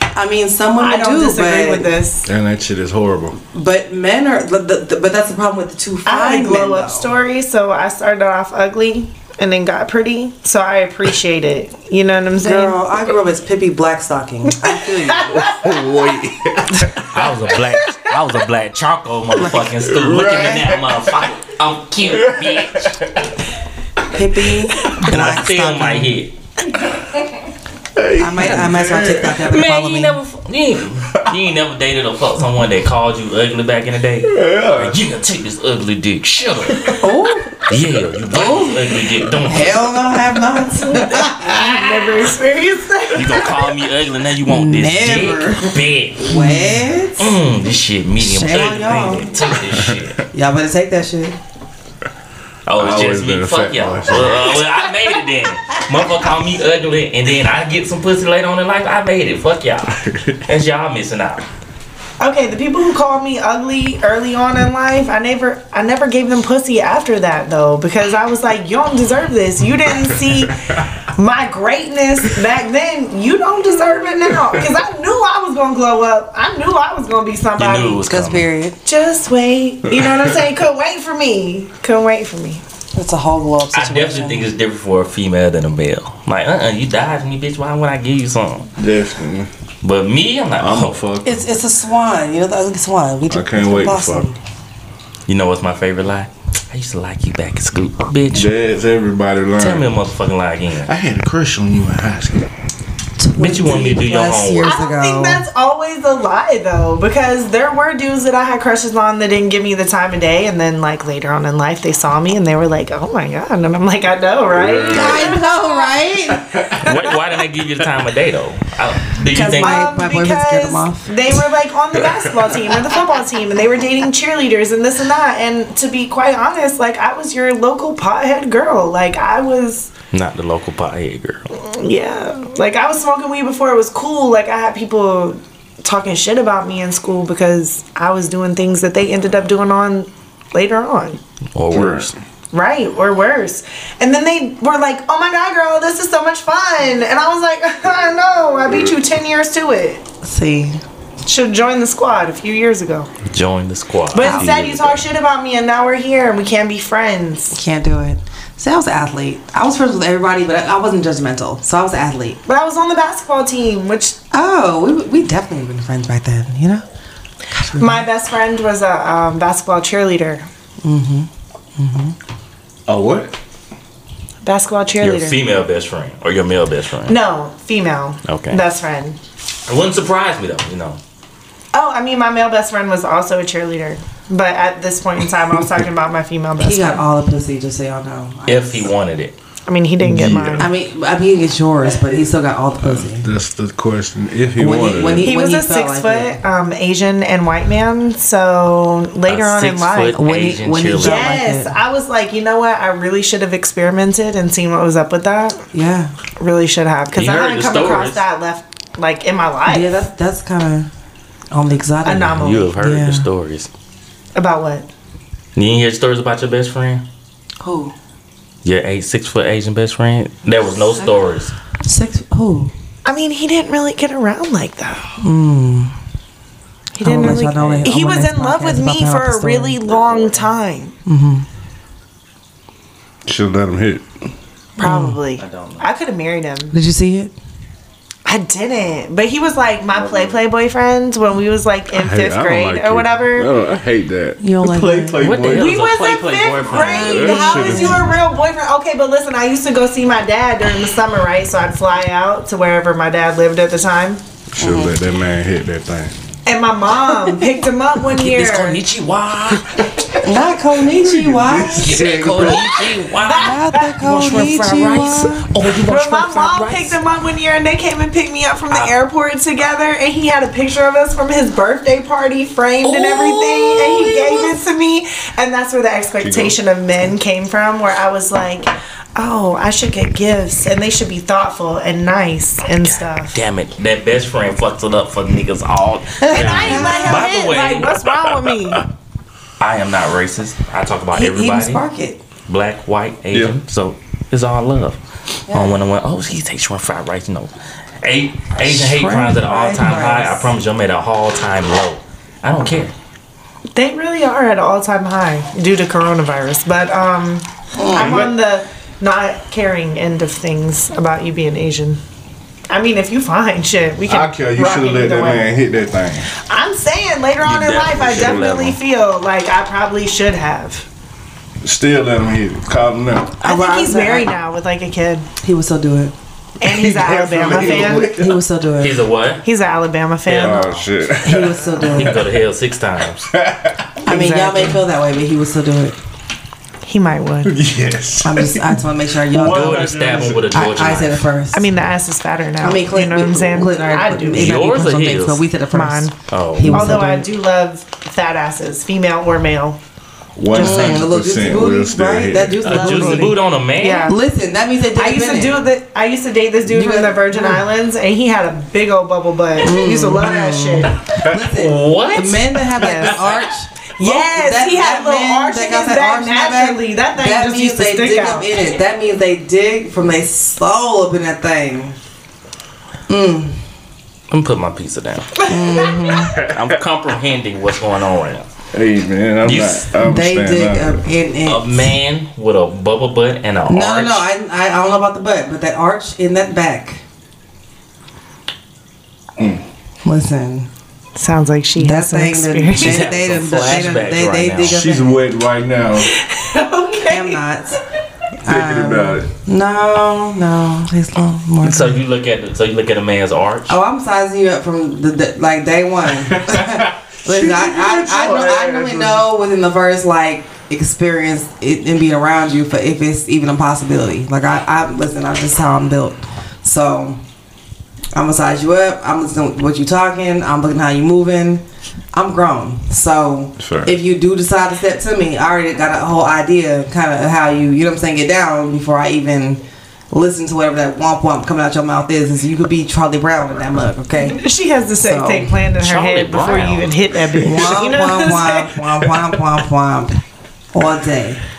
S1: I mean, some women
S4: I don't
S1: do,
S4: disagree
S1: but,
S4: with this.
S3: and that shit is horrible.
S1: but men are. The, the, the- but that's the problem with the two fine
S4: I had a
S1: men,
S4: glow up
S1: though.
S4: story, so I started off ugly and then got pretty. So I appreciate it. You know what I'm saying?
S1: Girl, I grew up as Pippi Blackstocking. I feel you.
S3: Wait,
S2: I was a black, I was a black charcoal motherfucking stew. Look at me now, motherfucker. I'm cute, bitch.
S1: Pippi
S2: And I still
S1: Blackstocking.
S2: my head.
S1: I might, I might as well take that and follow
S2: Man, you
S1: me.
S2: never, fu- you ain't, you ain't never dated or fucked someone that called you ugly back in the day.
S3: yeah,
S2: You gonna take this ugly dick? Shut up.
S1: Oh,
S2: Yeah, you like this ugly dick? Don't.
S1: hell no, I have not.
S4: Never experienced that.
S2: You gonna call me ugly? Now you want this
S1: Never.
S2: dick? Big.
S1: what?
S2: Mm, this shit medium
S1: Shame on
S2: ugly.
S1: y'all.
S2: baby. Take this shit.
S1: Y'all better take that shit.
S2: Oh,
S3: I
S2: it's
S3: always
S2: just
S3: been
S2: me.
S3: a
S2: Fuck
S3: fat
S2: y'all.
S3: boy.
S2: Well, uh, well, I made it then. Motherfucker call me ugly, and then I get some pussy later on in life. I made it. Fuck y'all. That's y'all missing out.
S4: Okay, the people who called me ugly early on in life, I never I never gave them pussy after that though, because I was like, you don't deserve this. You didn't see my greatness back then. You don't deserve it now. Because I knew I was gonna glow up. I knew I was gonna be
S2: You
S4: somebody.
S2: knew it was
S1: Because
S2: coming.
S1: period.
S4: Just wait. You know what I'm saying? Couldn't wait for me. Couldn't wait for me.
S1: It's a whole blow up
S2: I
S1: situation.
S2: definitely think it's different for a female than a male. Like, uh, uh you dodged me, bitch. Why would I give you something?
S3: definitely.
S2: But me, I'm like,
S3: I'm a
S2: oh,
S3: fuck.
S1: it's it's a swan. You know the ugly swan. We just,
S3: can't
S1: it's a
S3: wait to
S1: blossom.
S2: you know what's my favorite lie? I used to like you back in school, bitch.
S3: That's everybody learn.
S2: Tell me a motherfucking lie again.
S3: I had a crush on you in high school.
S2: Bitch, you want me to do your
S1: Plus
S2: homework?
S1: years
S4: I don't
S1: ago.
S4: think that's always a lie though, because there were dudes that I had crushes on that didn't give me the time of day, and then like later on in life they saw me and they were like, "Oh my god!" and I'm like, "I know, right?"
S7: I know, right?
S2: why, why didn't I give you the time of day though? I, do you
S1: Because
S2: think?
S1: my-
S4: Um,
S1: boyfriend scared
S4: because
S1: them off.
S4: they were like on the basketball team or the football team, and they were dating cheerleaders and this and that. And to be quite honest, like I was your local pothead girl. Like I was
S2: Not the local pothead girl.
S4: Yeah. Like I was smoking weed before it was cool. Like I had people talking shit about me in school because I was doing things that they ended up doing on later on.
S2: Or worse.
S4: Right, or worse. And then they were like, "Oh my god, girl, this is so much fun." And I was like, "I know. I beat you 10 years to it.
S1: See,
S4: Should join the squad a few years ago."
S2: Join the squad.
S4: But instead, you talk shit about me and now we're here and we can't be friends.
S1: can't do it. See, I was an athlete. I was friends with everybody, but I I wasn't judgmental. So I was an athlete.
S4: But I was on the basketball team, which
S1: Oh, we, we definitely been friends back then, you know?
S4: my best friend was a um, basketball cheerleader.
S3: Oh what?
S4: Basketball
S2: Your
S4: cheerleader.
S2: female best friend or your male best friend.
S4: No, female.
S2: Okay.
S4: Best friend.
S2: It wouldn't surprise me though, you know.
S4: Oh, I mean, my male best friend was also a cheerleader. But at this point in time, I was talking about my female best
S1: He got
S4: friend.
S1: all the pussy, just so y'all know. I-
S2: If he wanted it.
S4: I mean, he didn't get mine.
S1: I mean, I mean, it's yours, but he still got all the pussy.
S3: That's the question. If Uh, he
S1: When he-
S3: wanted,
S1: when
S3: it.
S4: He
S1: when
S4: was
S1: he
S4: a
S1: felt
S4: six
S1: like
S4: foot um, Asian and white man. So later
S2: A
S4: on in
S2: six
S4: life.
S2: foot
S1: When he-
S2: Asian
S1: when he
S2: cheerleader.
S1: got- like
S4: Yes,
S1: it.
S4: I was like, you know what? I really should have experimented and seen what was up with that.
S1: Yeah.
S4: Really should have, because
S2: You
S4: I
S2: heard
S4: haven't
S2: the
S4: come across
S2: stories.
S4: that left like in my life.
S1: Yeah, that's, that's kind of on the exotic.
S4: Anomaly.
S2: you have heard
S1: Yeah.
S2: the stories.
S4: About what?
S2: You didn't hear stories about your best friend?
S1: Who?
S2: Your eight six foot Asian best friend? There was no stories.
S1: Six. Who?
S4: I mean, he didn't really get around like that.
S1: Hmm.
S4: He
S1: I will
S4: didn't
S1: let
S4: really.
S1: y'all know later Oh,
S4: he
S1: on my
S4: was
S1: next
S4: in love
S1: podcast
S4: with
S1: if I
S4: me
S1: found out
S4: for
S1: the
S4: a
S1: story.
S4: really long time.
S3: should let him hit.
S1: Hmm.
S4: Probably. I
S2: don't know.
S4: could have married him.
S1: Did you see it?
S4: I didn't. But he was like my play play boyfriend when we was like in
S3: I hate- I
S4: fifth
S3: don't
S4: grade
S3: like
S4: or
S3: it. I,
S4: whatever.
S3: don't- I hate that.
S1: You don't like that?
S2: What the
S3: boy.
S2: hell?
S4: We
S2: It was a
S4: was
S2: play,
S4: in
S2: play
S4: fifth
S2: boyfriend.
S4: grade.
S3: That
S4: How
S3: shit
S4: is
S3: is-
S4: you a real boyfriend? Okay, but listen, I used to go see my dad during the summer, right? So I'd fly out to wherever my dad lived at the time.
S3: Should
S1: Mm-hmm.
S3: let that man hit that thing.
S4: And my mom picked him up one year.
S2: It's Konnichiwa.
S1: Not Konichiwa.
S2: Get that Konnichiwa.
S1: Not the Konichiwa.
S2: Oh, you want
S4: But my
S2: shrimp fried
S4: mom picked
S2: rice? Ah.
S4: them up one year and they came and picked me up from the airport together and he had a picture of us from his birthday party framed and everything and he gave it to me and that's where the expectation of men came from where I was like oh I should get gifts and they should be thoughtful and nice and stuff
S2: Damn it, that best friend fucked it up for niggas all.
S4: and I ain't let him
S2: By the
S4: hit
S2: way-
S4: like what's wrong with me
S2: I am not racist. I talk about
S1: He, he
S2: everybody.
S1: didn't spark it.
S2: black, white, Asian.
S3: Yeah.
S2: So it's all love. Um, when I went, oh, she takes shrimp fried rice. You know, eight Asian hate
S1: Shrimp
S2: crimes at an
S1: fried
S2: all time high. I
S1: rice.
S2: promise you, I'm at an all time low. I don't care.
S4: They really are at an all-time high due to coronavirus. But um,
S3: Oh,
S4: I'm on the not caring end of things about you being Asian. I mean, if you find shit, we can.
S3: I care. You
S4: rock
S3: should have
S4: it
S3: let
S4: either
S3: that
S4: way.
S3: man hit that thing.
S4: I'm saying later on in
S2: definitely
S4: life, I
S2: should have let
S4: definitely
S2: him.
S4: feel like I probably should have.
S3: Still let him hit it. Call him out.
S4: I think
S1: Well,
S4: he's
S1: I'm-
S4: married now with like a kid,
S1: He would still do it.
S4: and he's an Alabama fan.
S1: He would still do it.
S2: He's a what?
S4: He's an Alabama fan.
S3: Oh shit.
S1: He would still do
S2: He
S1: it.
S2: can go to hell six times.
S1: I mean, y'all may feel that way, but he would still do it.
S4: He might would.
S3: yes.
S1: I'm just, I just want to make sure y'all.
S3: What?
S2: Go to stab him with a
S1: I,
S2: Georgia
S1: I said it
S2: knife.
S1: first.
S4: I mean, the ass is fatter now.
S1: I mean,
S4: you know what I'm saying?
S1: Clinton already
S4: I
S1: put-
S4: do.
S1: it might be
S2: Yours or
S1: personal things,
S2: his?
S1: But we said it first.
S4: Mine.
S2: Oh.
S1: He would
S4: Although
S1: still
S4: I
S1: do it.
S4: do love fat asses, female or male.
S3: One hundred
S1: little juicy
S3: percent
S1: booty,
S3: will still
S1: right?
S3: hit
S1: That
S3: it.
S1: juicy
S2: A
S1: little
S2: juicy
S1: booty.
S2: boot on a man.
S4: Yeah.
S1: Listen, that means they
S4: I used to do the. I used to date this dude
S1: You Mm.
S4: from
S1: got-
S4: the Virgin Islands, and he had a big old bubble butt. Used to love that shit.
S1: Mm. Listen,
S2: What?
S1: the men that have like
S4: Yes.
S1: this arch,
S4: Yes,
S1: Oh, that-
S4: he had
S1: that
S4: a little
S1: man
S4: arch
S1: that
S4: in
S1: got
S4: his
S1: that
S4: back
S1: arch in his back,
S4: naturally. That thing
S1: that
S4: just
S1: means
S4: used to
S1: they
S4: stick
S1: dig
S4: out.
S1: up in it. That means they dig from their soul up in that thing.
S2: I'm putting my pizza down.
S1: Mm-hmm.
S2: I'm comprehending what's going on right now.
S3: Hey man, I'm
S2: You-
S3: not. I'm
S1: They uh,
S3: standing
S1: dig
S3: up.
S1: up in it.
S2: A man with a bubble butt and
S1: no,
S2: a arch.
S1: no, no. I, I don't know about the butt, but that arch in that back. Listen,
S4: Sounds like she
S1: that
S4: has some
S1: thing that they
S4: experience.
S2: She's
S1: they they
S2: having
S1: done-
S2: some
S1: they done-
S2: flashbacks
S1: they
S2: right
S1: they
S2: now.
S1: dig up.
S3: She's
S1: in it.
S3: wet right now.
S1: I'm not.
S3: Thinking
S1: Um,
S3: about it.
S1: No, no. Please, no more.
S2: So you look at the, so you look at a man's arch.
S1: Oh, I'm sizing you up from the, the like day one. Listen, I, I, I, know, I really know within the first like experience it, and being around you for if it's even a possibility. Like I, I listen, I'm just how I'm built. So I'm gonna size you up. I'm listening to what you talking. I'm looking how you moving. I'm grown. So
S3: Sure.
S1: if you do decide to step to me, I already got a whole idea kind of how you, you know what I'm saying, get down before I even listen to whatever that womp womp coming out your mouth is. Is you could be Charlie Brown in that mug, okay?
S4: She has the sex
S1: So,
S4: tape planned in her
S2: Charlie
S4: head before
S2: Brown.
S4: you even hit that bitch.
S1: Womp
S4: you know what I'm saying?
S1: womp womp womp womp womp womp all day.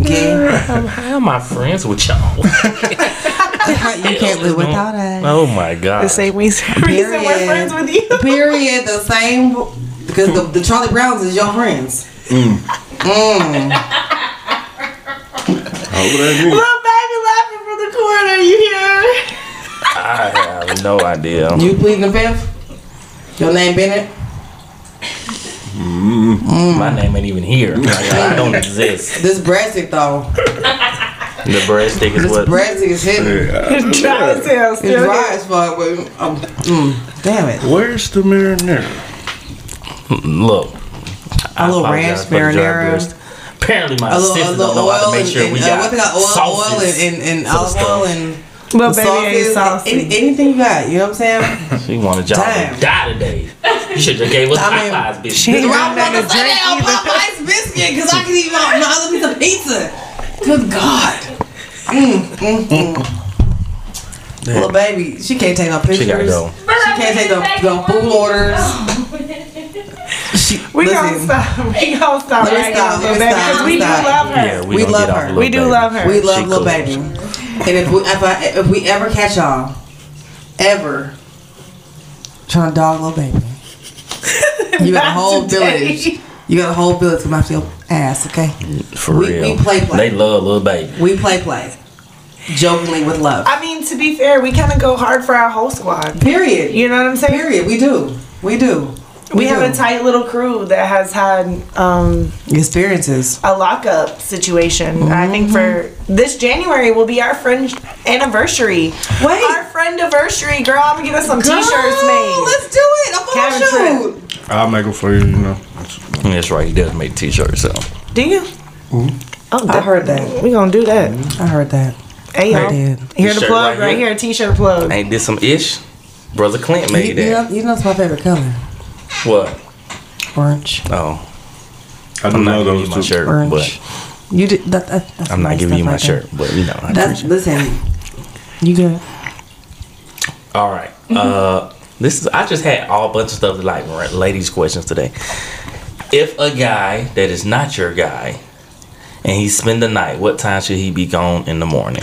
S1: Okay,
S2: Um, How am I friends with y'all?
S1: you can't live without us.
S2: Oh my god.
S4: The same reason, reason we're
S1: Period.
S4: friends with you.
S1: Period. The same because the, the Charlie Browns is your friends.
S3: Oh, that nigga.
S4: Little baby laughing from the corner. You hear?
S2: I
S4: her?
S2: have no idea.
S1: You pleading the fifth. Your name Bennett. Mm.
S2: My name ain't even here. I don't exist.
S1: This breadstick though.
S2: The breadstick is
S1: This
S2: what.
S1: breadstick is hidden.
S4: Dry as hell,
S1: It's
S4: still
S1: dry as fuck. But um, mm, damn it.
S3: Where's the marinara?
S2: Look.
S1: A little
S2: apologize
S1: ranch
S2: for the dry
S1: marinara.
S2: breast. Apparently, my
S1: A little, a
S2: sisters
S1: little
S2: don't know how
S1: oil
S2: to make sure
S1: and,
S2: we
S1: and, uh, what
S2: got
S1: they got oil, oil
S2: sauces.
S1: and, and, and
S2: for the
S1: olive oil
S2: stuff.
S1: and
S4: Little baby ain't
S1: sauces.
S4: saucy.
S1: Any, anything you got, you know what I'm saying?
S2: She wanted y'all
S1: Damn.
S2: to die today. You should have gave us
S1: I mean,
S2: Popeyes, bitch.
S4: she-
S1: Well,
S4: I'm
S1: I'm
S4: not
S1: about
S4: gonna
S1: to say
S4: drink
S1: that on Popeye's biscuit because I can eat my, my other piece of pizza. Good God. Mm, mm, mm. Little baby, she can't take no pictures.
S2: She gotta go.
S8: She
S1: can't take no, no food orders. She,
S4: We
S1: listen,
S4: gonna stop. We gonna stop.
S1: Let me
S4: right
S1: stop,
S4: now,
S1: let me
S4: baby,
S1: stop,
S4: Because we do
S1: stop.
S4: love her.
S2: Yeah, we,
S1: We
S2: gonna
S1: love
S2: get off
S1: her.
S2: Lil
S4: We do
S2: baby.
S4: love her.
S1: we love
S2: She
S1: little
S2: cool.
S1: baby. And if we if, I, if we ever catch y'all, ever trying to dog little baby, you got a
S4: Not
S1: whole
S4: today.
S1: village. You got a whole village come after your ass, okay?
S2: For
S1: We-
S2: real.
S1: we play play.
S2: They love little baby.
S1: We play play, jokingly with love.
S4: I mean, to be fair, we kind of go hard for our whole squad.
S1: Period.
S4: You know what I'm saying?
S1: Period. We do. We do.
S4: We have a
S1: do.
S4: tight little crew that has had um,
S1: experiences.
S4: a lockup situation. I think for
S1: Mm-hmm.
S4: this January will be our friend anniversary.
S1: Wait.
S4: our friend anniversary, girl. I'm gonna get us some t-shirts
S1: Girl,
S4: made.
S1: Let's do it. A photo
S4: Cabin
S1: shoot.
S3: I'll make it for you. You know.
S2: That's right. He does make t-shirts. So
S4: Do you?
S1: Mm-hmm.
S4: Oh,
S1: I
S4: that-
S1: heard that.
S4: We gonna do that.
S1: I Mm-hmm. heard that.
S4: Hey
S1: I
S4: y'all,
S1: did.
S4: here's the
S2: T-shirt
S4: plug right,
S2: right here.
S4: here. T-shirt plug.
S2: ain't this some ish? Brother Clint
S1: You,
S2: made
S1: you know,
S2: that.
S1: you know it's my favorite color.
S2: What?
S1: Orange.
S2: Oh,
S3: I do
S2: I'm not
S3: love
S2: giving you
S3: those
S2: my
S3: two.
S2: shirt,
S1: Orange.
S2: but
S1: You did. That, that, that's
S2: I'm not
S1: nice
S2: giving
S1: stuff
S2: you my
S1: like that.
S2: shirt. But you know, I
S1: That's
S2: appreciate it.
S1: listen. You good?
S2: All right. Uh, this is. I just had all bunch of stuff like ra- ladies' questions today. If a guy that is not your guy and he spend the night, what time should he be gone in the morning?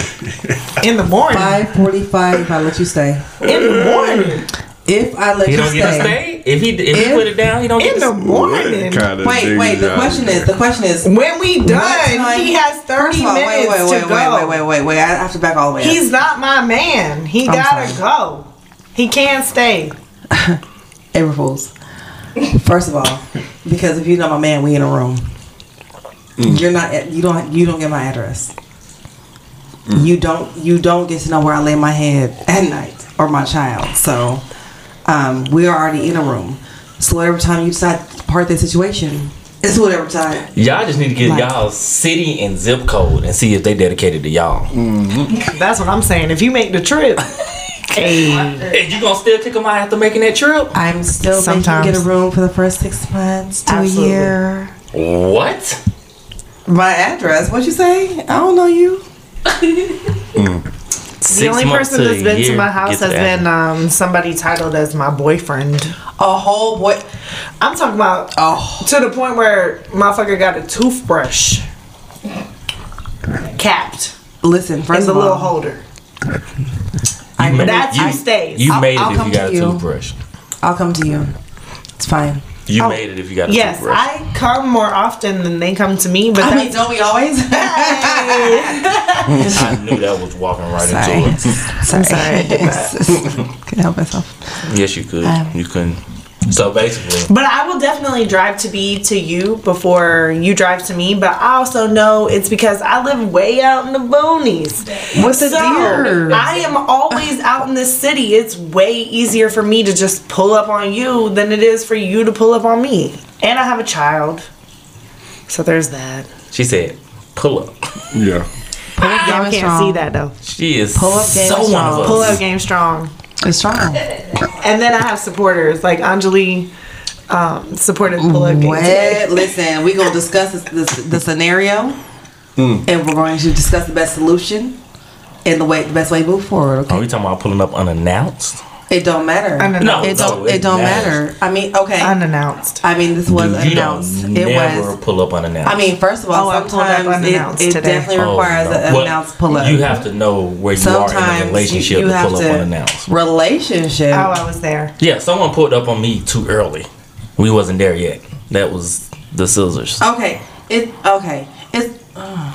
S4: In the morning.
S1: Five forty-five. If I let you stay.
S4: In the morning.
S1: If I let
S2: He
S1: you
S2: don't
S1: stay.
S2: get to stay. If he if he
S1: If-
S2: put it down, he don't get
S4: In
S2: to
S4: the
S2: stay.
S4: morning.
S3: kind of
S1: Wait, wait. The question is. The question is.
S4: When we
S1: time-
S4: done, he has
S1: First
S4: thirty
S1: of all, wait,
S4: minutes
S1: wait, wait,
S4: to go.
S1: wait, wait, wait, wait, wait. I have to back all the way. up.
S4: He's not my man. He
S1: I'm
S4: gotta go. He can't stay.
S1: April Fools. First of all, because if you know my man, we in a room. You're not. at- You don't. You don't get my address. You don't. You don't get to know where I lay my head at night or my child. So, um, we are already in a room. So whatever time you decide to part that situation, it's whatever time.
S2: Y'all just need to get
S1: Right.
S2: y'all city and zip code and see if they dedicated to y'all.
S4: Mm. That's what I'm saying. If you make the trip, hey,
S2: Hey, you gonna still kick him out after making that trip?
S1: I'm still
S4: Sometimes.
S1: making get a room for the first six months to
S4: Absolutely.
S1: a year.
S2: What?
S1: My address? What you say? I don't know you.
S4: the only person that's been to my house has been um, somebody titled as my boyfriend.
S1: A whole boy.
S4: I'm talking about
S1: Oh.
S4: to the point where motherfucker got a toothbrush capped
S1: Listen, first
S4: in the
S1: of all,
S4: little holder.
S1: I,
S2: made
S1: that's,
S4: That's
S2: you-
S4: who stays.
S2: You
S1: I'll-
S2: made
S1: I'll
S2: it if
S1: come
S2: you
S1: to
S2: got a
S1: you.
S2: toothbrush.
S1: I'll come to you. It's fine.
S2: You
S4: Oh,
S2: made it if you got a
S4: yes,
S2: toothbrush.
S4: I come more often than they come to me, but
S1: I
S4: that's
S1: mean, don't we always?
S2: I knew that was walking right
S1: sorry.
S2: into it.
S1: sorry.
S4: sorry I did
S1: Couldn't help myself.
S2: Yes, you could.
S1: Um,
S2: you couldn't. So basically,
S4: But I will definitely drive to be to you before you drive to me. But I also know it's because I live way out in the boonies.
S1: What's the
S4: So
S1: deer?
S4: I am always out in the city. It's way easier for me to just pull up on you than it is for you to pull up on me. And I have a child. So there's that.
S2: she said, "Pull up."
S3: Yeah.
S4: Ah, Y'all can't
S1: strong.
S4: see that though.
S2: She is
S1: Pull up game
S2: so
S1: is
S2: one of
S1: strong.
S2: us.
S4: Pull up game strong.
S1: It's strong.
S4: And then I have supporters like Anjali um, supported pull up game. today.
S1: What? Listen, we're gonna discuss this, this, the scenario, and we're going to discuss the best solution and the way the best way to move forward. Okay.
S2: Are we talking about pulling up unannounced?
S1: It don't matter.
S4: Unannounced.
S2: No,
S1: It don't.
S2: no,
S1: it, don't
S2: matters.
S1: matter. I mean, okay.
S4: Unannounced.
S1: I mean, this was
S2: Dude, you
S1: announced.
S2: don't
S1: It
S2: never
S1: was.
S2: pull up unannounced.
S1: I mean, first of all,
S4: Oh, I pulled up
S1: sometimes
S4: unannounced
S1: it, it
S4: today.
S1: definitely
S2: Oh,
S1: requires
S2: no.
S1: an
S2: Well,
S1: announced pull up.
S2: You have to know where you are in a relationship to pull up unannounced.
S1: relationship.
S4: Oh, I was there.
S2: Yeah, someone pulled up on me too early. We wasn't there yet. That was the scissors.
S1: Okay, it okay. It's uh,
S4: No,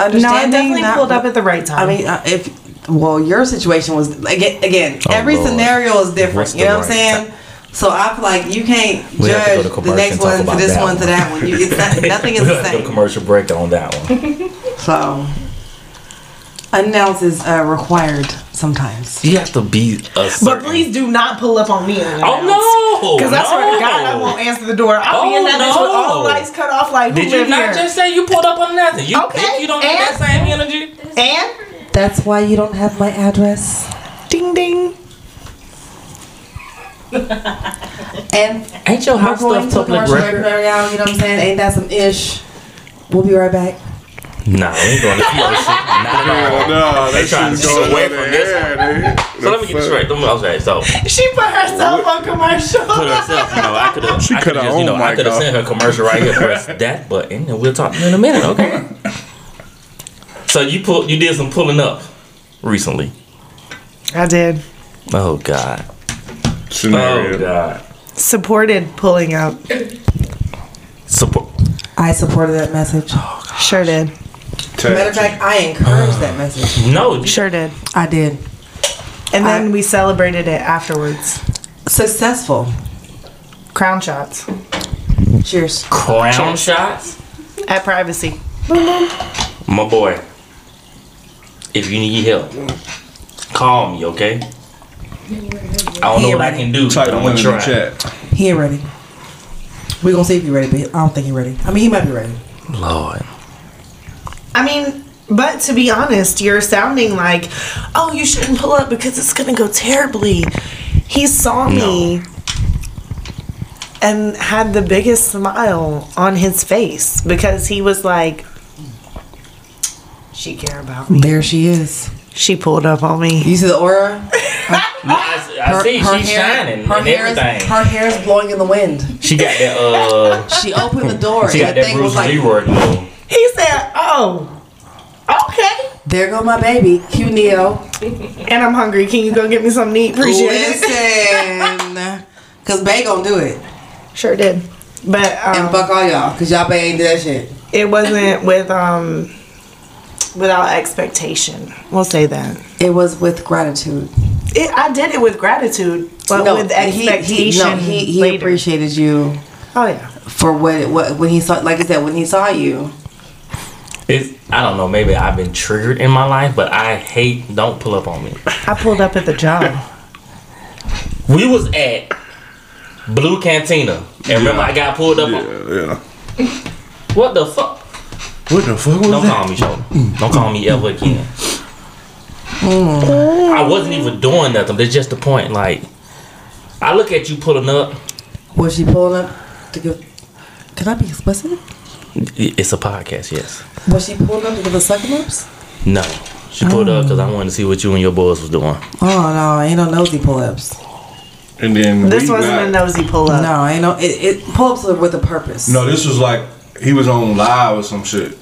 S4: I
S1: understanding.
S4: definitely
S1: not-
S4: pulled up at the right time.
S1: I mean, uh, if well, your situation was again. again
S2: Oh,
S1: every
S2: Lord.
S1: scenario is
S2: What's
S1: different. You
S2: the
S1: know what I'm
S2: right
S1: saying? So I feel like you can't
S2: We have to go
S1: judge
S2: to
S1: the
S2: commercial
S1: next
S2: and talk
S1: one to
S2: about
S1: this
S2: that
S1: one to
S2: one.
S1: that one. You, it's not, nothing is
S2: We
S1: the
S2: had to go
S1: same.
S2: commercial break on that one.
S1: So announce is uh, required sometimes.
S2: You have to be a certain.
S4: But please do not pull up on me.
S2: Oh no!
S4: Because I swear
S2: no.
S4: to God, I won't answer the door. I'll be
S2: Oh,
S4: in that bitch with all
S2: no.
S4: lights cut off, like who
S2: Did you
S4: live
S2: not
S4: here?
S2: just say you pulled up on nothing? You
S4: Okay,
S2: think you don't get that
S4: and-
S2: same energy?
S4: and
S1: That's why you don't have my address.
S4: ding ding.
S1: And
S2: Ain't your
S1: we're going to commercial break right now. You know what I'm saying? Ain't that some ish? We'll be right back.
S2: Nah, we ain't going to commercial. Not at all.
S3: No,
S2: They
S3: they
S2: trying
S3: trying
S2: to
S3: to go
S2: stay away
S3: away
S2: from
S3: from
S2: this
S3: this.
S2: So let me get this straight. Let me- Okay, so
S4: She put herself on
S2: put
S4: commercial.
S2: herself, you know, I could have,
S3: She
S2: I could
S3: coulda
S2: have, you know,
S3: owned
S2: I
S3: my
S2: could have
S3: girl.
S2: sent her commercial right here. Press that button, and we'll talk to you in a minute. Okay. so you pull, you did some pulling up recently.
S4: I did
S2: Oh God. Oh
S3: Scenario.
S2: God.
S4: supported pulling out.
S2: Support.
S1: I supported that message.
S4: Sure did.
S1: Matter of fact, I encouraged that message.
S2: No.
S4: Sure did.
S1: I did.
S4: And then
S1: I-
S4: we celebrated it afterwards.
S1: Successful.
S4: Crown shots
S1: Cheers.
S2: Crown shots.
S4: at privacy.
S2: My boy, if you need help, call me, okay? I don't know what I can do,
S3: Type
S2: but I'm
S3: one
S2: gonna
S3: in the
S2: try.
S3: chat.
S1: He ain't ready. We gonna see if he ready, but I don't think he ready. I mean, he might be ready.
S2: Lord.
S4: I mean, but to be honest, you're sounding like, oh, you shouldn't pull up because it's gonna go terribly. He saw me and had the biggest smile on his face because he was like, she care about me.
S1: There she is.
S4: She pulled up on me.
S1: You see the aura?
S2: No, I, I see she's shining
S1: her
S2: and
S1: hair
S2: everything.
S1: Is, her hair is blowing in the wind.
S2: she got that uh
S1: She opened the door.
S2: she got
S1: and the
S2: that
S1: thing was
S2: Bruce
S1: like,
S2: Leroy glow.
S4: He said, "Oh, okay."
S1: There go my baby, Q Neil.
S4: And I'm hungry. Can you go get me something to eat? Appreciate it.
S1: Listen, cause Bay gonna do it
S4: Sure did. But
S1: and
S4: um,
S1: fuck all y'all, cause y'all Bay ain't do that shit.
S4: it wasn't with um without expectation. We'll say that.
S1: It was with gratitude.
S4: It, I did it with gratitude, but with
S1: he-
S4: expectation.
S1: He, no, he, he
S4: later.
S1: appreciated you
S4: Oh yeah.
S1: for what what when he saw. Like I said, when he saw you,
S2: It's, I don't know. Maybe I've been triggered in my life, but I hate don't pull up on me.
S4: I pulled up at the job.
S2: We was at Blue Cantina, and remember I got pulled up. on
S3: Yeah, yeah.
S2: What the fuck?
S3: What the fuck was
S2: Don't
S3: that?
S2: call me short. Don't call me ever again.
S3: Mm.
S2: I wasn't even doing nothing. That's just the point. Like, I look at you pulling up.
S1: was she pulling up to give? Can I be explicit?
S2: It's a podcast, yes.
S1: Was she pulling up to give us sucking ups?
S2: No, she pulled up because I wanted to see what you and your boys was doing.
S1: Oh no, ain't no nosy pull ups.
S3: And then
S4: This
S3: we
S4: wasn't
S3: not-
S4: a nosy pull up.
S1: No, ain't no it, it pull ups are with a purpose.
S3: No, this was like he was on live or some shit.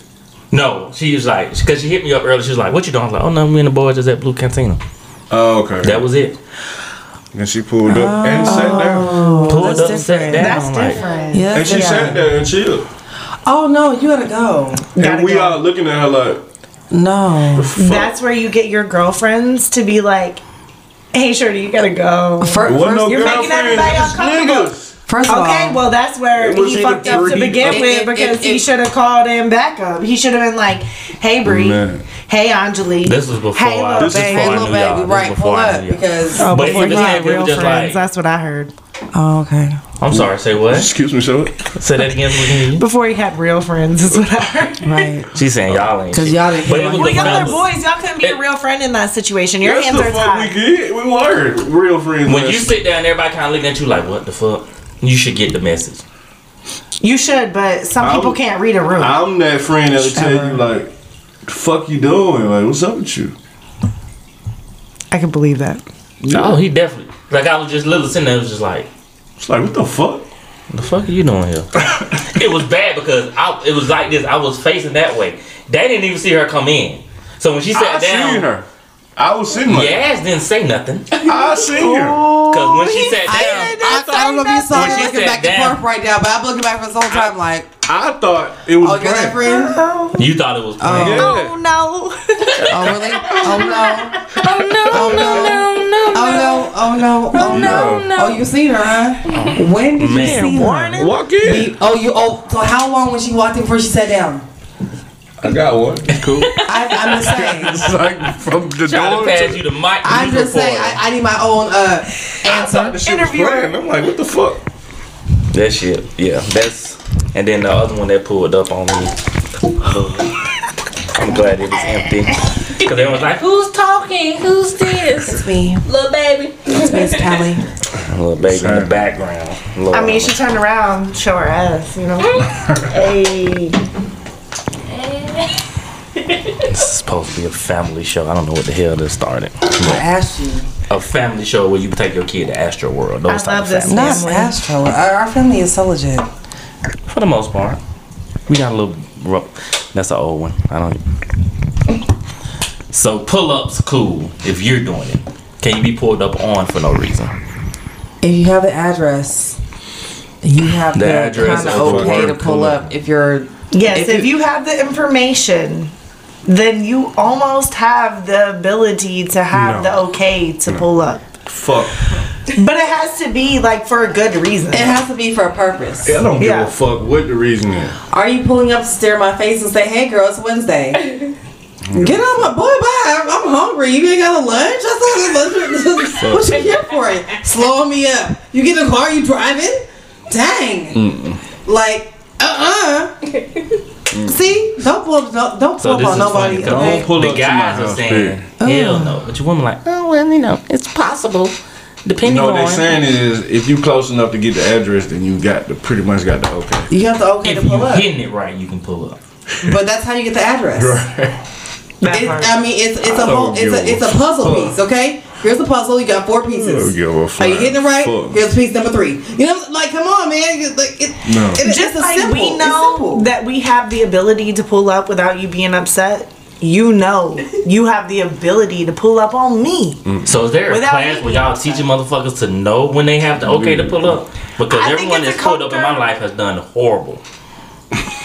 S2: No, she was like, because she hit me up earlier. She was like, "What you doing?" I'm like, "Oh no, me and the boys is at Blue Cantina."
S3: Oh, okay.
S2: That was it.
S3: and she pulled up
S4: Oh.
S3: and sat down.
S2: pulled
S1: Oh, that's
S2: up, and sat
S1: different.
S2: down.
S4: That's
S2: I'm like,
S4: different.
S1: Yeah,
S3: And she
S1: yeah.
S3: sat there and chilled.
S1: Oh no, you gotta go.
S4: Gotta
S3: And we
S4: go.
S3: all looking at her like,
S1: No.
S4: That's where you get your girlfriends to be like, "Hey, Shirley, you gotta go."
S1: Fir-
S3: what
S1: first,
S3: no
S4: You're making
S3: girlfriend,
S4: everybody
S3: just
S4: uncomfortable.
S3: niggas."
S1: first of
S4: Okay,
S1: all,
S4: well that's where
S3: It was
S4: he
S3: either
S4: fucked up to
S3: three-
S4: begin
S1: It-
S4: with
S1: it-
S4: because
S1: it-
S4: he
S1: it-
S4: should have called him back up. He should have been like, "Hey Bree,
S3: Man.
S4: hey Angelique,
S2: This was before
S4: hey,
S2: I-
S4: little
S2: this is
S4: babe."
S1: hey,
S2: before I
S1: little
S2: knew y'all.
S1: baby,
S2: This
S1: right?
S2: before
S1: Pull
S2: I
S1: up
S2: knew y'all.
S1: because.
S4: Oh,
S2: But
S4: before
S2: he
S4: he
S2: was
S4: had
S2: like- he
S4: real
S2: was just
S4: friends.
S2: like-
S4: That's what I heard.
S1: Oh, okay.
S2: I'm sorry. Say what?
S3: Excuse me, sir.
S2: Say that again. so we can hear you.
S4: Before he had real friends, is what I heard.
S1: Right.
S2: She's saying y'all ain't.
S1: 'Cause
S2: shit.
S1: y'all didn't
S2: But
S1: hear my
S2: it was
S4: Well,
S2: the
S4: y'all are
S2: fellas.
S4: boys. Y'all couldn't be a real friend in that situation. Your
S3: That's
S4: hands
S3: the
S4: are
S3: fuck we
S4: tied.
S3: get. We were real friends.
S2: When
S3: last-
S2: you sit down, everybody kind of looking at you like, "What the fuck?" You should get the message.
S4: You should, but some
S3: I
S4: people
S3: would-
S4: can't read a room.
S3: I'm that friend that'll tell you like, "The "Fuck you doing? Like, what's up with you?"
S4: I can believe that.
S2: No, Oh, he definitely. Like I was just little sitting there, I was just like,
S3: It's like, what the fuck?
S2: "The fuck are you doing here?" it was bad because I. It was like this. I was facing that way. They didn't even see her come in. So when she
S3: I
S2: sat down,
S3: seen her. I was sitting
S2: your
S3: like,
S2: ass didn't say nothing.
S3: I seen her.
S2: Because when
S1: Oh,
S2: she sat
S1: I,
S2: down,
S1: I, I don't know if you saw
S2: When
S1: me
S2: she
S1: looking
S2: said
S1: back and
S2: down.
S1: forth right now, but I'm looking back for this whole time like,
S3: I thought it was.
S1: oh, you're that
S3: prank.
S1: friend?
S2: you thought it was. playing.
S3: Yeah.
S4: Oh no!
S1: Oh, really? Oh, no. Oh, no, no, no, no. Oh, no, oh, no, oh, no.
S3: Yeah.
S1: Oh, you seen her, huh? When did you
S2: Man,
S1: see her?
S3: Walk in.
S1: Oh, you, oh, so how long when she walked in before she sat down?
S3: I got one. It's cool.
S1: I, I'm just saying.
S3: it's like from the
S2: Trying
S3: door.
S2: to pass
S3: To,
S2: you the mic.
S1: I'm
S2: you
S1: just saying,
S2: recording.
S1: I, I need my own uh,
S3: I thought
S1: answer.
S3: the shit was
S4: Interviewer.
S3: planned. I'm like, what the fuck?
S2: That shit, yeah. That's and then the other one that pulled up on me. I'm glad it was empty. Cause everyone was like, "Who's talking? Who's this,
S9: It's me.
S2: little baby?"
S9: It's me. It's Callie.
S2: Little baby in
S3: Sorry.
S2: the background. Lord,
S4: I mean, she turned around, show her ass. You know. hey.
S2: this is supposed to be a family show. I don't know what the hell this started.
S1: I asked you.
S2: A family show where you take your kid to Astro World. Those
S4: I
S2: type
S4: love
S2: of
S4: this.
S2: family.
S9: Not
S4: Family.
S9: Astro. Our, our family is so legit.
S2: For the most part, we got a little. ru- That's an old one. I don't. So pull ups cool if you're doing it. Can you be pulled up on for no reason?
S1: If you have the address, you have
S2: The
S1: the,
S2: address
S1: kind
S2: is
S1: of okay to
S2: required to
S1: pull
S2: pull
S1: up if you're.
S4: Yes, if you have the information, then you almost have the ability to have
S3: No.
S4: the okay to pull up.
S3: Fuck.
S4: But it has to be like for a good reason.
S1: It has to be for a purpose.
S3: I don't
S4: Yeah.
S3: give a fuck what the reason is.
S1: Are you pulling up to stare in my face and say, "Hey, girl, it's Wednesday"? Get out, my boy. Bye. I'm, I'm hungry. You ain't got a lunch. I saw lunch. what you here for? It slowing me up. You get in the car. You driving? Dang. Like, uh, uh See, don't pull up. Don't, don't pull
S2: So
S1: up
S2: this
S1: on
S2: is
S1: nobody.
S2: funny. 'cause
S1: okay?
S3: Don't pull
S2: the
S3: up to
S2: guys
S3: my
S2: are
S3: house,
S2: saying hell no, but your woman like oh well you know it's possible depending
S3: No,
S2: on
S3: they're saying is if you close enough to get the address, then you got the pretty much got the okay.
S1: You have to okay
S2: if
S1: to pull
S2: you
S1: up,
S2: hitting it right you can pull up.
S1: but that's how you get the address.
S3: Right.
S4: That
S1: It,
S4: part.
S1: I mean, it's it's a
S3: I don't
S1: whole, it's
S3: give
S1: a
S3: a
S1: it's a puzzle
S3: fuck.
S1: piece, okay? Here's the puzzle. You got four pieces.
S3: give a
S1: Are you getting it right?
S3: fuck.
S1: Here's piece number three. You know, like come on, man. You- Like it,
S3: No.
S1: it- it's
S4: just
S1: a
S4: like
S1: simple.
S4: we
S1: it's
S4: know
S1: simple.
S4: that we have the ability to pull up without you being upset. You know, you have the ability to pull up on me.
S2: So is there a
S4: Without
S2: class
S4: me
S2: where y'all
S4: being
S2: teaching motherfuckers to know when they have to okay to pull up? Because
S4: I think
S2: everyone
S4: it's a
S2: that's pulled up in my
S4: culture-
S2: life has done horrible.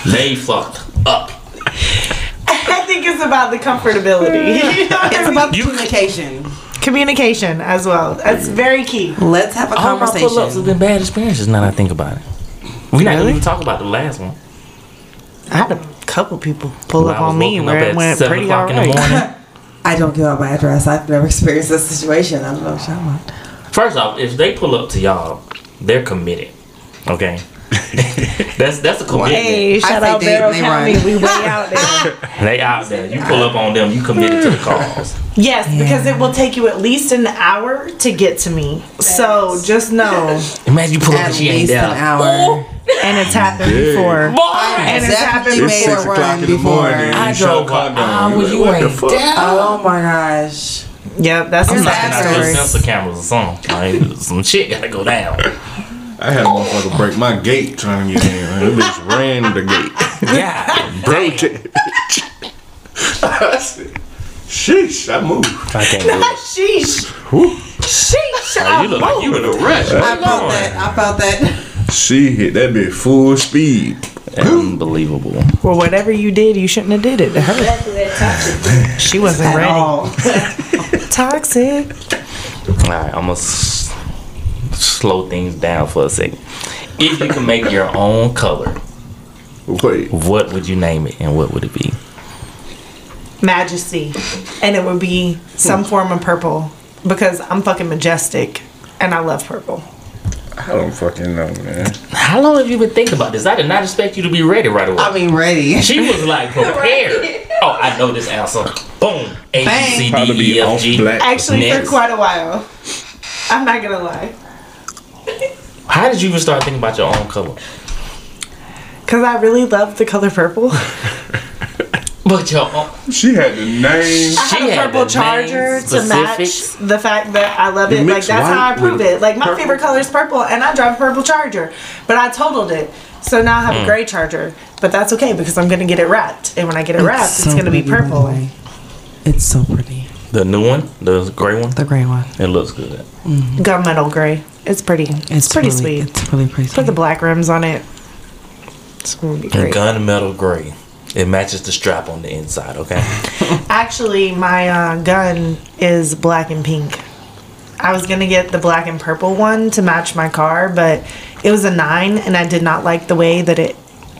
S2: they fucked up.
S4: I think it's about the comfortability,
S1: It's about the communication.
S4: communication as well. That's very key.
S9: Let's have a
S2: All my pull ups have
S9: conversation.
S2: been bad experiences. Now that I think about it, we not gonna even talk about the last one.
S4: I had a couple people pull
S2: Where
S4: up
S2: I was
S4: on me
S2: woken
S4: where
S2: up
S4: it
S2: at
S4: went
S2: seven
S4: pretty
S2: o'clock in the
S4: alright.
S2: morning.
S1: I don't give out my address. I've never experienced this situation. I don't know what you're talking about.
S2: First off, if they pull up to y'all, they're committed. Okay. that's that's a commitment.
S4: Hey, shout
S1: say
S4: out
S1: they-
S4: Barrow
S1: they
S4: County.
S1: run.
S4: We way out there.
S2: They out there. You pull up on them, you committed to the cause.
S4: yes, because it will take you at least an hour to get to me. So just know,
S2: Imagine you pull up
S1: At
S2: and she ain't
S1: least
S2: there.
S1: an hour.
S4: and it's happened before.
S2: Boy,
S1: I
S4: And it's
S1: definitely
S4: happened
S1: made
S3: It's
S1: a
S3: six
S1: run
S3: o'clock in the
S1: before.
S3: morning.
S2: I
S3: You shut
S2: drove
S3: the clock
S2: an
S3: down.
S2: hour,
S3: Like,
S2: you
S3: what the
S2: ain't
S3: fuck?
S9: Oh my gosh.
S4: Yep, that's
S1: Here's
S4: a
S1: the
S4: sad
S1: after
S4: story.
S1: story.
S2: sensor cameras or something. Like, some shit gotta go down.
S3: I had a motherfucker break my gate trying to get in. man. That bitch ran the gate.
S2: Yeah.
S3: Broke it. I said, Sheesh, I moved.
S2: I can't do it.
S4: Sheesh.
S3: Whew.
S4: Sheesh.
S2: Oh, you look like you in a rush.
S1: I felt that. I felt that.
S3: She hit that bitch full speed.
S2: Unbelievable.
S4: Well, whatever you did, you shouldn't have did it to her. She wasn't ready.
S1: Oh,
S4: Toxic.
S2: All right, I'm gonna s- slow things down for a second. If you can make your own color,
S3: Wait.
S2: what would you name it and what would it be?
S4: Majesty. And it would be some form of purple because I'm fucking majestic and I love purple.
S3: I don't fucking know, man.
S2: How long have you been thinking about this? I did not expect you to be ready right away.
S1: I mean, ready.
S2: she was like prepared. Oh, I know this answer. Boom. A B
S1: Bang.
S2: C
S3: Probably
S2: D E
S3: be
S2: F
S3: off
S2: G.
S3: black.
S4: Actually,
S2: Next.
S4: for quite a while. I'm not gonna lie.
S2: How did you even start thinking about your own color?
S4: Because I really love the color purple.
S2: But your own.
S3: She had the name.
S4: I had a
S2: had the
S4: purple
S2: name,
S4: charger to
S2: specifics.
S4: match the fact that I love
S3: You
S4: it. Like
S3: mix
S4: that's how I
S3: white
S4: prove
S3: with
S4: it. Like my
S3: purple.
S4: favorite color is purple, and I drive a purple charger, but I totaled it. So now I have a gray charger, but that's okay because I'm gonna get it wrapped, and when I get it wrapped, it's gonna be purple.
S1: It's so pretty.
S2: The new one, the gray one,
S1: The gray one.
S2: it looks good.
S4: Gunmetal gray. It's pretty. It's, pretty sweet.
S1: It's really pretty.
S4: Put the black rims on it. It's gonna be great.
S2: Gunmetal gray. It matches the strap on the inside. Okay.
S4: Actually, my uh, gun is black and pink. I was gonna get the black and purple one to match my car, but it was a nine, and I did not like the way that it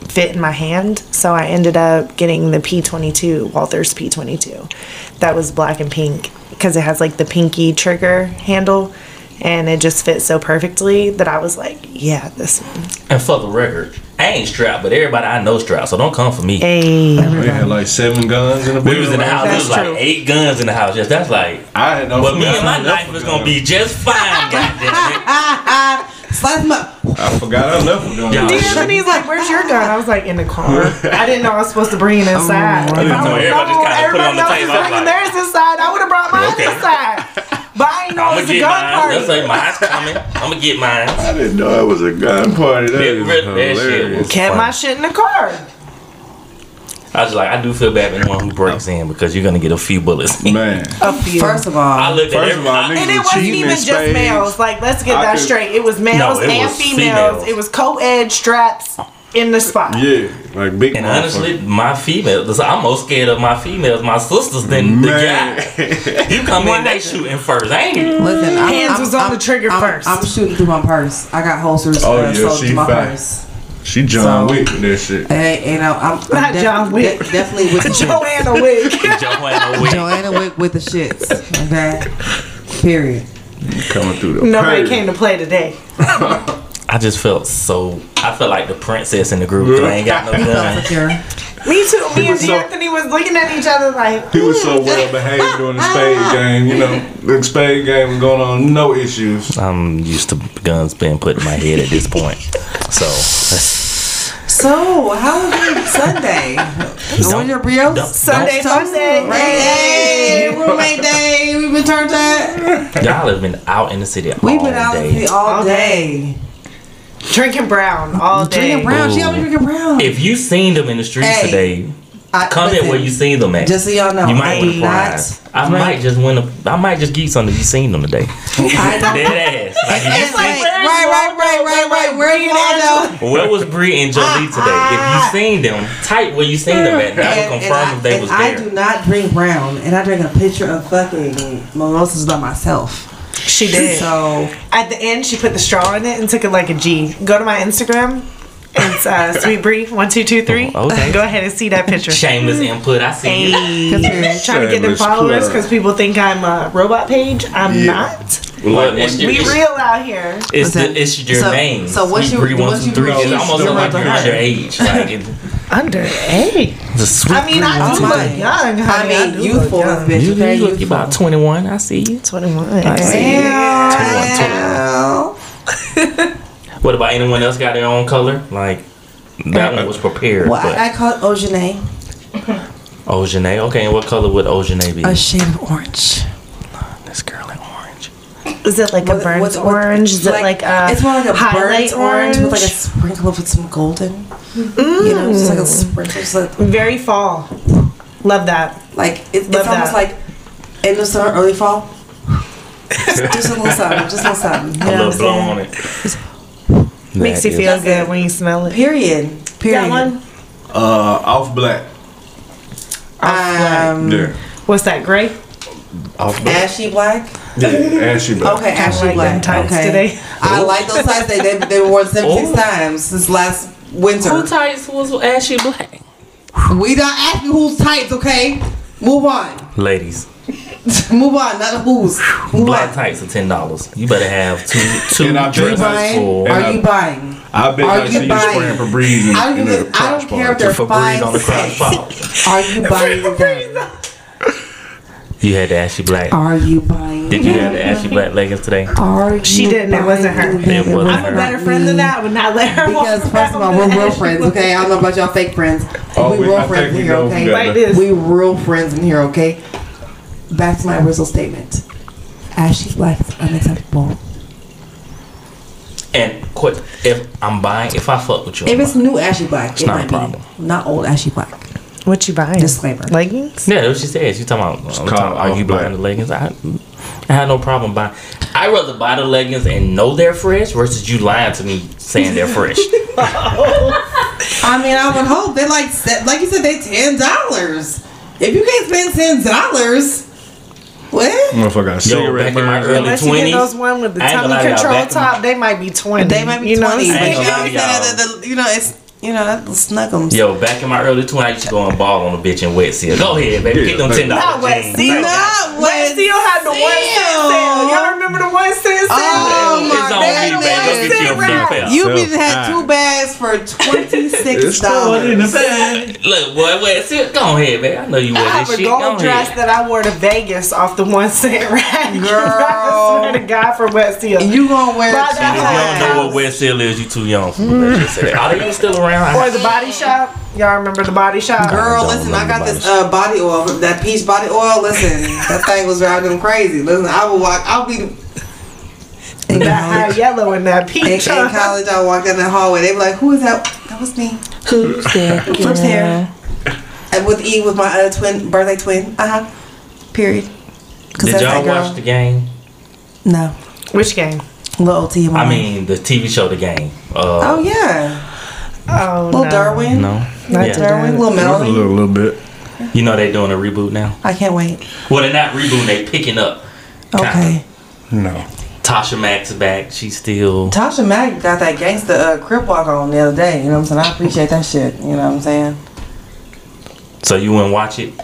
S4: fit in my hand, so I ended up getting the P22 Walther's P22. That was black and pink because it has like the pinky trigger handle, and it just fits so perfectly that I was like, yeah, this.
S2: And for the record, I ain't strapped, but everybody I know strapped, so don't come for me.
S4: Hey,
S3: We had like seven guns in the
S2: We was in the house. There was
S4: That's
S2: like
S4: true.
S2: eight guns in the house. Yes, that's like.
S3: I had no.
S2: But me and my life is gonna be just fine. goddamn it.
S1: Slice them up.
S3: I forgot I left a gun.
S2: Y'all
S3: I
S2: shit.
S4: Tiffany's like, "Where's your gun?" I was like, "In the car." I didn't know I was supposed to bring it inside.
S2: I didn't know everybody just kinda put it on
S4: Everybody
S2: the
S4: else
S2: table. I
S4: is
S2: was
S4: bringing
S2: like,
S4: theirs inside. I would have brought mine
S2: Okay.
S4: inside, but I
S1: Oh,
S4: didn't know it
S2: I'ma
S4: was a
S2: get
S4: gun
S2: mine. That's
S4: party.
S2: like mine's coming. I'ma get mine.
S3: didn't know it was a gun party. That
S2: That-
S3: is
S2: that shit
S3: hilarious.
S2: was-
S4: Kept my shit in the car.
S2: I was like, I do feel bad for anyone who breaks in because you're gonna get a few bullets.
S3: Man,
S4: A few.
S1: First of
S2: I
S1: all,
S2: looked at
S3: First of all,
S2: everybody.
S4: and it
S3: Niggas
S4: wasn't
S3: cheating
S4: even
S3: in
S4: just
S3: spades.
S4: males. Like, let's get
S3: I
S4: that
S3: could-
S4: straight. It was males
S2: No, it
S4: and
S2: was
S4: females.
S2: females.
S4: It was co-ed straps in the spot.
S3: yeah, like big.
S2: And honestly, my females, I'm more scared of my females, my sisters, than the guy. You come in, they shooting first. I ain't.
S1: listen. I'm,
S4: Hands
S1: I'm,
S4: was on
S1: I'm-
S4: the trigger
S1: I'm-
S4: first.
S1: I'm shooting through my purse. I got holsters
S3: Oh,
S1: uh,
S3: yeah,
S1: sewed
S3: she
S1: to my
S3: fat.
S1: purse.
S3: she John
S1: So-
S3: Wick with that shit.
S1: Hey, you know, I'm, I'm
S4: Not
S1: def-
S4: John Wick.
S1: de- definitely with the shits.
S4: Joanna Wick.
S2: Joanna Wick.
S1: Joanna Wick with the shits. Okay. Period.
S3: Coming through the.
S4: Nobody
S3: purse.
S4: came to play today.
S2: I just felt so. I felt like the princess in the group because I ain't got no gun.
S1: Secure.
S4: Me too. Me and
S3: was so-
S4: Anthony was looking at each other like,
S3: He was so well behaved during the spade game. You know, the spade game was going on, no issues.
S2: I'm used to guns being put in my head at this point. So,
S1: So So, how was your Sunday?
S2: Don't-
S1: Was your brioche?
S4: Sunday, Sunday.
S1: Hey, roommate day. We've been turned up.
S2: Y'all have been out in the city all
S1: We've been out in the
S2: day.
S1: city all
S4: All
S1: day.
S4: Drinking brown all day.
S1: Drinking brown. She always drinking brown.
S2: If you seen them in the streets
S1: Hey,
S2: today,
S1: I-
S2: comment
S1: listen,
S2: where you seen them at.
S1: Just so y'all know,
S2: you might win a
S1: I'm
S2: prize.
S1: not.
S2: I might just win a. I might just get something. if You seen them today?
S1: I know.
S2: Dead ass. Like, if
S1: It's like, right, right, right, right, right. Where's Waldo?
S2: you- where was Bree and
S1: Uh,
S2: Jolie today? If you seen them, type where you seen them at. That
S1: And-
S2: would
S1: and
S2: confirm
S1: I-
S2: if they
S1: and
S2: was
S1: I
S2: there.
S1: do not drink brown, and I drink a picture of fucking mimosas by myself.
S4: She did.
S1: So
S4: At the end, she put the straw in it and took it like a G. Go to my Instagram. It's uh, Sweet Bree one two two three.
S2: Oh, okay.
S4: Go ahead and see that picture.
S2: Shameless input. I see. you.
S4: Hey,
S1: Shameless
S4: trying to get them followers because people think I'm a robot page. I'm
S3: Yeah.
S4: not.
S2: Well, it's your,
S4: We
S2: it's,
S4: real out here.
S2: it's,
S1: What's
S2: the,
S1: that?
S2: it's your
S1: So-
S2: name.
S1: so what you-
S2: Bree one
S1: what
S2: two
S1: you
S2: three. It's
S1: represent-
S2: almost
S1: you're
S2: like
S1: representing
S2: you're
S1: her.
S2: your age. Like it,
S4: Under eight.
S2: the sweet.
S4: I mean, I do
S1: Oh my.
S4: look young.
S1: I
S4: Honey. I
S1: mean,
S4: do look
S1: youthful as
S4: young.
S1: bitch.
S2: you,
S1: okay?
S2: you look
S1: Youthful.
S2: about twenty one. I see you.
S4: Twenty one.
S1: Damn.
S2: 21, What about anyone else got their own color? Like that one was prepared.
S1: Uh, Well,
S2: but
S1: I, I call it Ojane.
S2: Ojane. Okay, and what color would Ojane be?
S1: shade of orange.
S2: this girl in orange.
S4: Is it like a burnt
S1: What's- what-
S4: orange? Is it like a
S1: it's more like a
S4: highlight
S1: burnt orange with like a
S4: orange? Mm.
S1: sprinkle of some golden. You know, just like a sprinkle, just like
S4: very fall? Love that.
S1: Like it's, it's
S4: Love
S1: almost
S4: that.
S1: like end of summer, early fall. just, just a little something, just a little something. You
S2: A
S1: know what
S2: little
S1: I'm saying?
S2: blow on it.
S4: Makes you
S2: That
S4: feel
S2: is-
S4: good when you smell it.
S1: Period. Period.
S4: That one.
S3: Uh, off black.
S1: Um,
S3: Yeah.
S4: What's that gray?
S3: Off black.
S1: ashy black.
S3: Yeah, ashy black.
S1: Okay, ashy
S4: like them
S1: black.
S4: tights
S1: okay.
S4: today.
S1: I like those tights. They they they were worn seventeen
S2: Oh.
S1: times since last winter.
S2: Who tights was ashy black?
S1: we don't ask you who's tights, okay? Move on.
S2: Ladies,
S1: Move on. Not who's. Move
S2: black
S1: on.
S2: tights are ten dollars. You better have two two
S3: And I bet
S1: Are you
S2: dresses
S1: buying?
S2: full.
S3: And
S1: Are
S3: I-
S1: you buying?
S3: I bet
S1: Are
S3: I
S1: you
S3: see you
S1: buying?
S3: spraying Febreze
S1: I
S3: in,
S1: don't
S3: in
S1: give
S3: the
S1: a- I
S3: crotch
S1: don't care if
S3: part.
S1: they're
S2: For Breeze
S1: five.
S2: on the crotch
S1: cents.
S2: bottle.
S1: Are you buying them?
S2: You had the ashy black.
S4: Oh.
S1: Are you buying?
S2: Did you have the ashy black leggings today?
S1: Are
S4: She
S1: you
S4: didn't. It wasn't her.
S1: buying
S2: It
S1: them?
S2: wasn't
S4: Oh, I'm a better friend than that. I would not let her walk
S1: Because first of all,
S4: around
S1: we're
S4: with
S1: real
S4: that.
S1: friends, okay? I don't know about y'all fake friends.
S3: Oh,
S1: we
S3: we-
S1: real
S3: I think
S1: friends in
S3: we
S1: here,
S3: know
S1: okay?
S3: who
S4: Like this.
S1: We real friends in here, okay? Back to my original statement. Ashy black is unacceptable.
S2: And quit. If I'm buying, if I fuck with you,
S1: If
S2: I'm
S1: it's new ashy black, it
S2: not a
S1: might
S2: problem.
S1: be not old ashy black.
S4: What you buying?
S1: Disclaimer.
S4: Leggings?
S2: Yeah, that's what she said. She talking about, I'm
S3: call
S2: talking,
S3: off
S2: are you buying
S3: black.
S2: the leggings? I, I had no problem buying. I rather buy the leggings and know they're fresh versus you lying to me saying they're fresh.
S1: I mean, I would hope they like se- like you said they ten dollars. If you can't spend ten dollars, what?
S3: Motherfucker, got cigarette
S2: back in my
S3: burns.
S2: early-
S4: Unless you get
S2: 20s.
S4: those one with the
S2: I ain't gonna
S4: tummy
S2: lie to y'all,
S4: control
S2: back in my-
S4: top, they might be twenty.
S1: They might be
S4: You know what I'm
S1: twenty.
S2: I ain't
S4: saying?
S2: gonna lie to
S1: the, the, you know, it's you know that snuggums.
S2: Yo, back in my early 20s, I used to go and ball on a bitch in wet seal. Go ahead, baby.
S3: Yeah,
S2: get them
S3: baby.
S2: $10
S4: Not wet
S2: jeans.
S4: seal.
S2: Like,
S1: Not
S4: Wait,
S1: with
S4: still had the one cent sale. Y'all remember the one cent sale?
S1: Oh
S2: It's
S1: my
S2: on
S1: goodness.
S2: eBay. Go get you a
S4: Right.
S2: free pair.
S1: You
S3: So,
S1: be had
S3: all
S1: two bags for twenty six
S3: It's going in the
S1: dollars.
S3: bag.
S2: Look, boy, wet seal. Go ahead, baby. I know you wear
S4: I
S2: this
S4: have a
S2: shit. Go
S4: gold dress
S2: ahead.
S4: that I wore to Vegas off the one cent rack.
S1: Girl.
S4: I swear to God for West Hill.
S1: You gonna wear
S4: Buy
S1: it?
S4: that
S2: You don't know
S4: hat.
S2: what wet seal is. You too young for that shit. Say that. Are they even still around?
S4: Or the body shop. Y'all remember the body shop?
S1: Girl,
S2: don't
S1: listen, I
S2: remember
S1: got this
S2: about
S1: uh, body oil, that peach body oil. Listen, that thing was driving them crazy. Listen, I would walk. I'll be in
S4: That high
S1: college.
S4: yellow and that
S1: In, in
S4: peach.
S1: college, I walk in the hallway. They be like, "Who is that? That was me."
S9: Who's that?
S1: Flips hair. And with E, with my uh, twin, birthday twin. Uh huh. Period. 'Cause
S2: Did
S1: that's
S2: y'all
S1: that girl.
S2: watch the game?
S1: No,
S4: Which game?
S1: little T.
S2: I mean, the TV show, The Game. Uh,
S1: Oh yeah,
S4: Oh,
S1: little
S4: no.
S1: Darwin,
S2: No.
S4: Not
S2: Yeah.
S1: Darwin, little
S3: Just a
S1: Melody.
S3: little, little bit.
S2: You know they're doing a reboot now.
S1: I can't wait.
S2: Well, they're not rebooting; they picking up.
S1: Okay,
S3: No.
S2: Tasha Mack's back. She's still.
S1: Tasha Mack got that gangster uh, crip walk on the other day. You know what I'm saying? I appreciate that shit. You know what I'm saying?
S2: So you wouldn't watch it?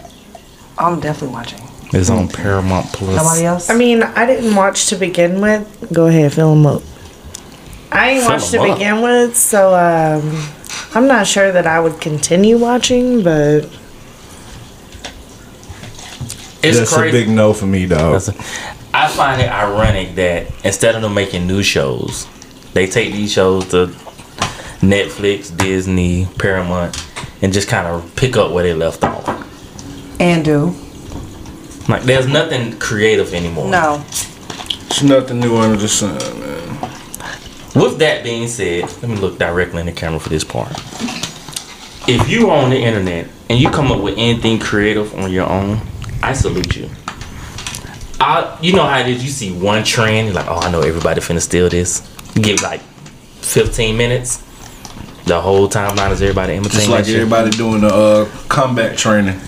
S1: I'm definitely watching.
S2: It's on Paramount Plus.
S1: Nobody else.
S4: I mean, I didn't watch to begin with. Go ahead, fill them up. I ain't
S2: Fill
S4: watched to
S2: 'em up.
S4: begin with, so um, I'm not sure that I would continue watching, but
S2: It's
S3: That's
S2: crazy.
S3: a big no for me, dog.
S2: That's a- I find it ironic that instead of them making new shows, they take these shows to Netflix, Disney, Paramount, and just kind of pick up where they left off.
S9: And do.
S2: Like there's nothing creative anymore.
S9: No.
S3: It's nothing new under the sun, man.
S2: With that being said, let me look directly in the camera for this part. If you are on the internet and you come up with anything creative on your own, I salute you. I, you know how it is. You see one trend, you're like, oh, I know everybody finna steal this. Give like 15 minutes. The whole timeline is everybody imitating
S3: Just like
S2: that shit.
S3: everybody doing the uh, combat training.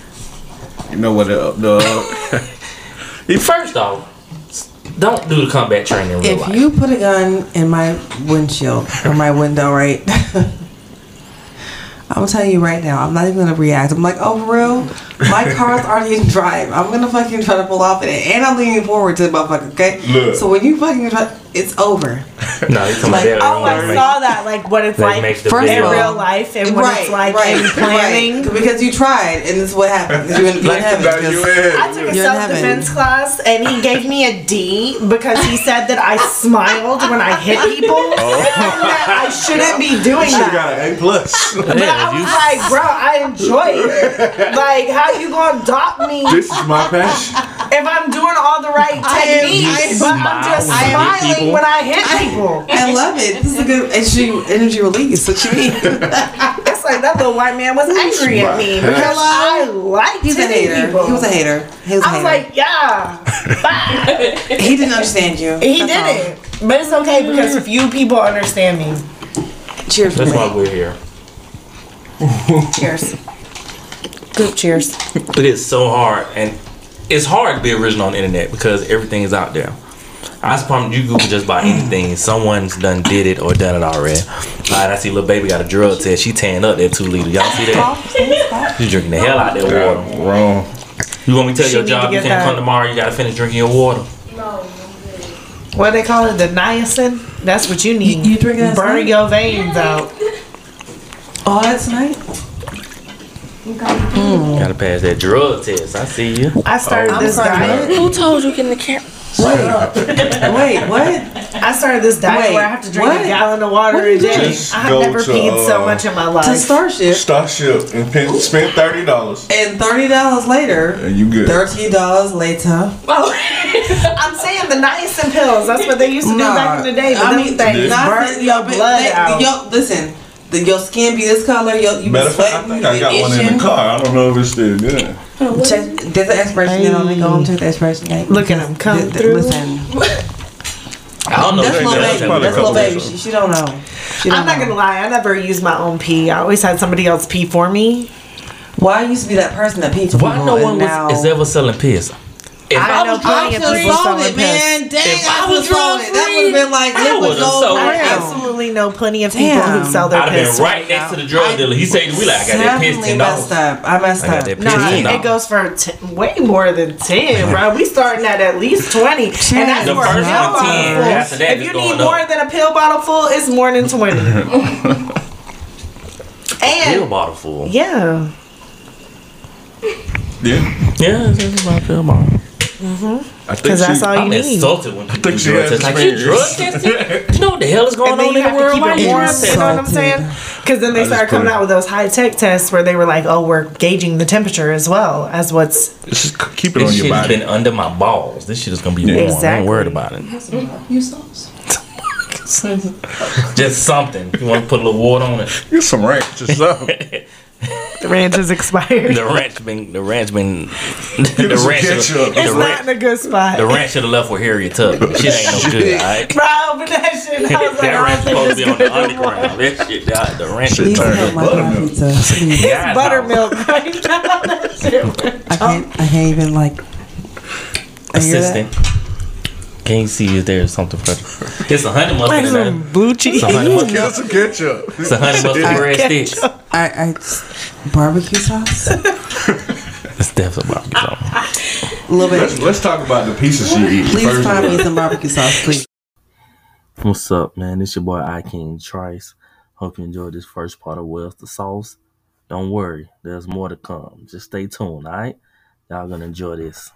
S3: You know what the, the uh,
S2: First off, s- don't do the combat training in real
S1: If
S2: life.
S1: you put a gun in my windshield or my window, right? I'm telling you right now, I'm not even gonna react. I'm like, oh, for real? My car's already in drive. I'm gonna fucking try to pull off in it, and I'm leaning forward to the motherfucker. Okay.
S3: Look.
S1: So when you fucking try, it's over.
S2: no, you're talking
S1: Like,
S2: about
S4: Oh, I
S2: that.
S4: saw that. Like what it's
S2: They
S4: like
S2: make the
S4: in
S2: First of all-
S4: real life and what it's like in planning.
S1: right. because you tried, and this is what happened. You in, you in heaven.
S3: Back you
S1: 'cause-
S4: I
S3: in.
S4: took a
S1: You're in
S4: self defense class and he gave me a D because he said that I smiled when I hit people.
S2: Oh.
S4: And that I shouldn't be doing
S3: You
S4: that.
S3: got an A plus.
S2: Yeah,
S4: But I
S2: you-
S4: was like, bro, I enjoy it. Like, how you gonna dock me
S3: this is my passion.
S4: if I'm doing all the right
S1: am-
S4: techniques?
S1: I
S4: But I'm just
S2: smile when I hit
S4: smiling
S2: people.
S4: when I hit people.
S1: I love it. This is a good energy, energy release. What you mean?
S4: It's like that little white man was angry at me because I liked
S1: He's a
S4: hitting
S1: hater.
S4: people.
S1: He was a hater. He was a
S4: I
S1: hater.
S4: was like, yeah, bye.
S1: he didn't understand you.
S4: He
S1: That's all.
S4: didn't. But it's okay because few people understand me.
S1: Cheers for
S2: That's
S1: me.
S2: why we're here.
S1: Cheers.
S4: Group cheers.
S2: It is so hard, and it's hard to be original on the internet because everything is out there. I suppose you Google just about anything. Someone's done did it or done it already. All right, I see little baby got a drug test. She tearing up that two liter. Y'all see that? She's drinking the hell out that water.
S3: Wrong.
S2: You want me to tell
S4: She
S2: your
S4: need to
S2: job you can't
S4: get that.
S2: come tomorrow? You gotta finish drinking your water.
S4: What they call it, the niacin? That's what you need.
S1: You- you drinking that
S4: Burn
S1: stuff?
S4: your veins out.
S1: All that tonight?
S2: Gotta pass that drug test. I see you.
S4: I started
S1: I'm
S4: this diet.
S1: sorry. Who told you getting the camera? Oh, Wait, wait, what?
S4: I started this diet
S1: Wait,
S4: where I have to drink
S1: what?
S4: a gallon of
S1: What
S4: water
S1: are you
S4: a day.
S1: doing?
S4: I have
S3: Go
S4: never
S3: to,
S4: peed so
S3: uh,
S4: much in my life.
S1: To Starship.
S3: Starship and pin, spend thirty dollars.
S1: And thirty dollars later.
S3: And you good.
S1: Thirty dollars later.
S4: I'm saying the niacin pills. That's what they used to do back in the day. But
S1: I
S4: them
S1: mean,
S4: things
S1: not
S4: burn
S1: that-
S4: your
S1: but
S4: blood
S1: they-
S4: out.
S1: Yo, listen. The, your skin be this color. Yo, you
S3: Matter
S1: be
S3: of fact, I
S1: sweating.
S3: think I got one in the car. I don't know if it's still good.
S1: Check, there's an expiration date on it. Go and check the expiration date.
S4: Look at 'em come
S1: Th- th-
S4: through.
S1: Listen,
S2: I don't know.
S1: that's little baby.
S2: if you know
S3: that's
S2: what
S3: probably
S1: That's
S3: a
S1: little
S3: couple
S1: baby.
S3: of
S1: She, she don't know. She don't
S4: I'm not
S1: know.
S4: gonna lie, I never used my own pee. I always had somebody else pee for me.
S1: Why I used to be that person that peed
S2: Why no one
S1: now,
S2: was, is ever selling piss? If
S4: I know plenty of people selling
S1: it,
S4: pills.
S1: man. Dang,
S2: If
S1: I,
S2: I
S1: was
S2: was
S1: sold it. That
S2: drug-free,
S1: would have been like
S2: I
S1: liquid
S2: would've
S1: gold
S2: sold
S4: I
S2: Wow.
S1: brown.
S4: absolutely know plenty of people
S1: Damn.
S4: who sell their
S2: I'd have
S4: piss.
S2: been right next to the drug dealer. He said, "We like, I got that piss
S1: Definitely
S2: ten
S1: messed
S2: dollars."
S1: up. I messed
S2: I got
S1: up.
S2: that
S1: No,
S4: Nah,
S2: $15.
S4: it goes for t- way more than ten, bro. We starting at at least twenty, and that's
S2: The
S4: for a
S2: first
S4: pill
S2: one
S4: bottle
S2: 10,
S4: full.
S2: after that
S4: if
S2: it's
S4: you
S2: going
S4: need
S2: up.
S4: more than a pill bottle full, it's more than twenty.
S2: Pill
S4: and
S2: bottle full.
S4: yeah,
S3: Yeah.
S2: Yeah, that's my pill bottle.
S3: I think
S4: because that's all you
S2: I'm
S4: need.
S2: insulted when people
S3: think
S2: do
S3: she
S2: drug
S3: has
S2: tests. Like, you drug testing? You know what the hell is going
S4: And then
S2: on
S4: you
S2: in the
S4: have to
S2: world
S4: keep
S2: right
S4: it warm.
S2: now?
S4: You know what I'm saying? Because then they
S3: just
S4: started
S3: put
S4: coming
S3: it-
S4: out with those high tech tests where they were like, "Oh, we're gauging the temperature as well as what's
S3: Just c- keep it
S2: This
S3: on your
S2: shit has
S3: body.
S2: been under my balls. This shit is gonna be
S3: Yeah.
S2: warm. I ain't
S4: Exactly.
S2: worried about it. Just something. You want to put a little water on it?
S3: Get some rank. Just up.
S4: the ranch is expired."
S2: The ranch been. The ranch been.
S3: us
S2: The
S3: some
S2: ranch.
S3: ketchup.
S2: The
S4: It's not in
S2: ranch.
S4: a good spot.
S2: The ranch should have left with Harriet Tubman. Shit ain't no good. All right.
S4: Bro, but that shit, I was like,
S2: That
S4: I
S2: ranch
S4: don't think
S2: supposed to
S4: this
S2: be
S4: good
S2: on the
S4: no more.
S2: underground. That shit. God, the ranch.
S3: Shit
S2: is
S1: Please
S3: turned
S1: help
S3: up
S1: my God
S3: buttermilk.
S1: pizza. Please.
S2: God's
S4: Buttermilk right now. That shit.
S1: I can't. I can't even like. I hear that.
S2: Assistant. Can you see if there's something for It's a hundred mustard. in there.
S4: blue cheese.
S2: It's a hundred mustard.
S3: Get some ketchup.
S2: It's a honey mustard bread
S4: Ketchup.
S2: sticks.
S1: I, I just- barbecue sauce. A
S2: It's definitely barbecue sauce.
S1: little bit.
S3: Let's, let's talk about the pieces she eats.
S1: Please
S3: first.
S1: find me some barbecue sauce, please.
S2: What's up, man? It's your boy I King Trice. Hope you enjoyed this first part of Where's the Sauce. Don't worry, there's more to come. Just stay tuned, alright? Y'all gonna enjoy this.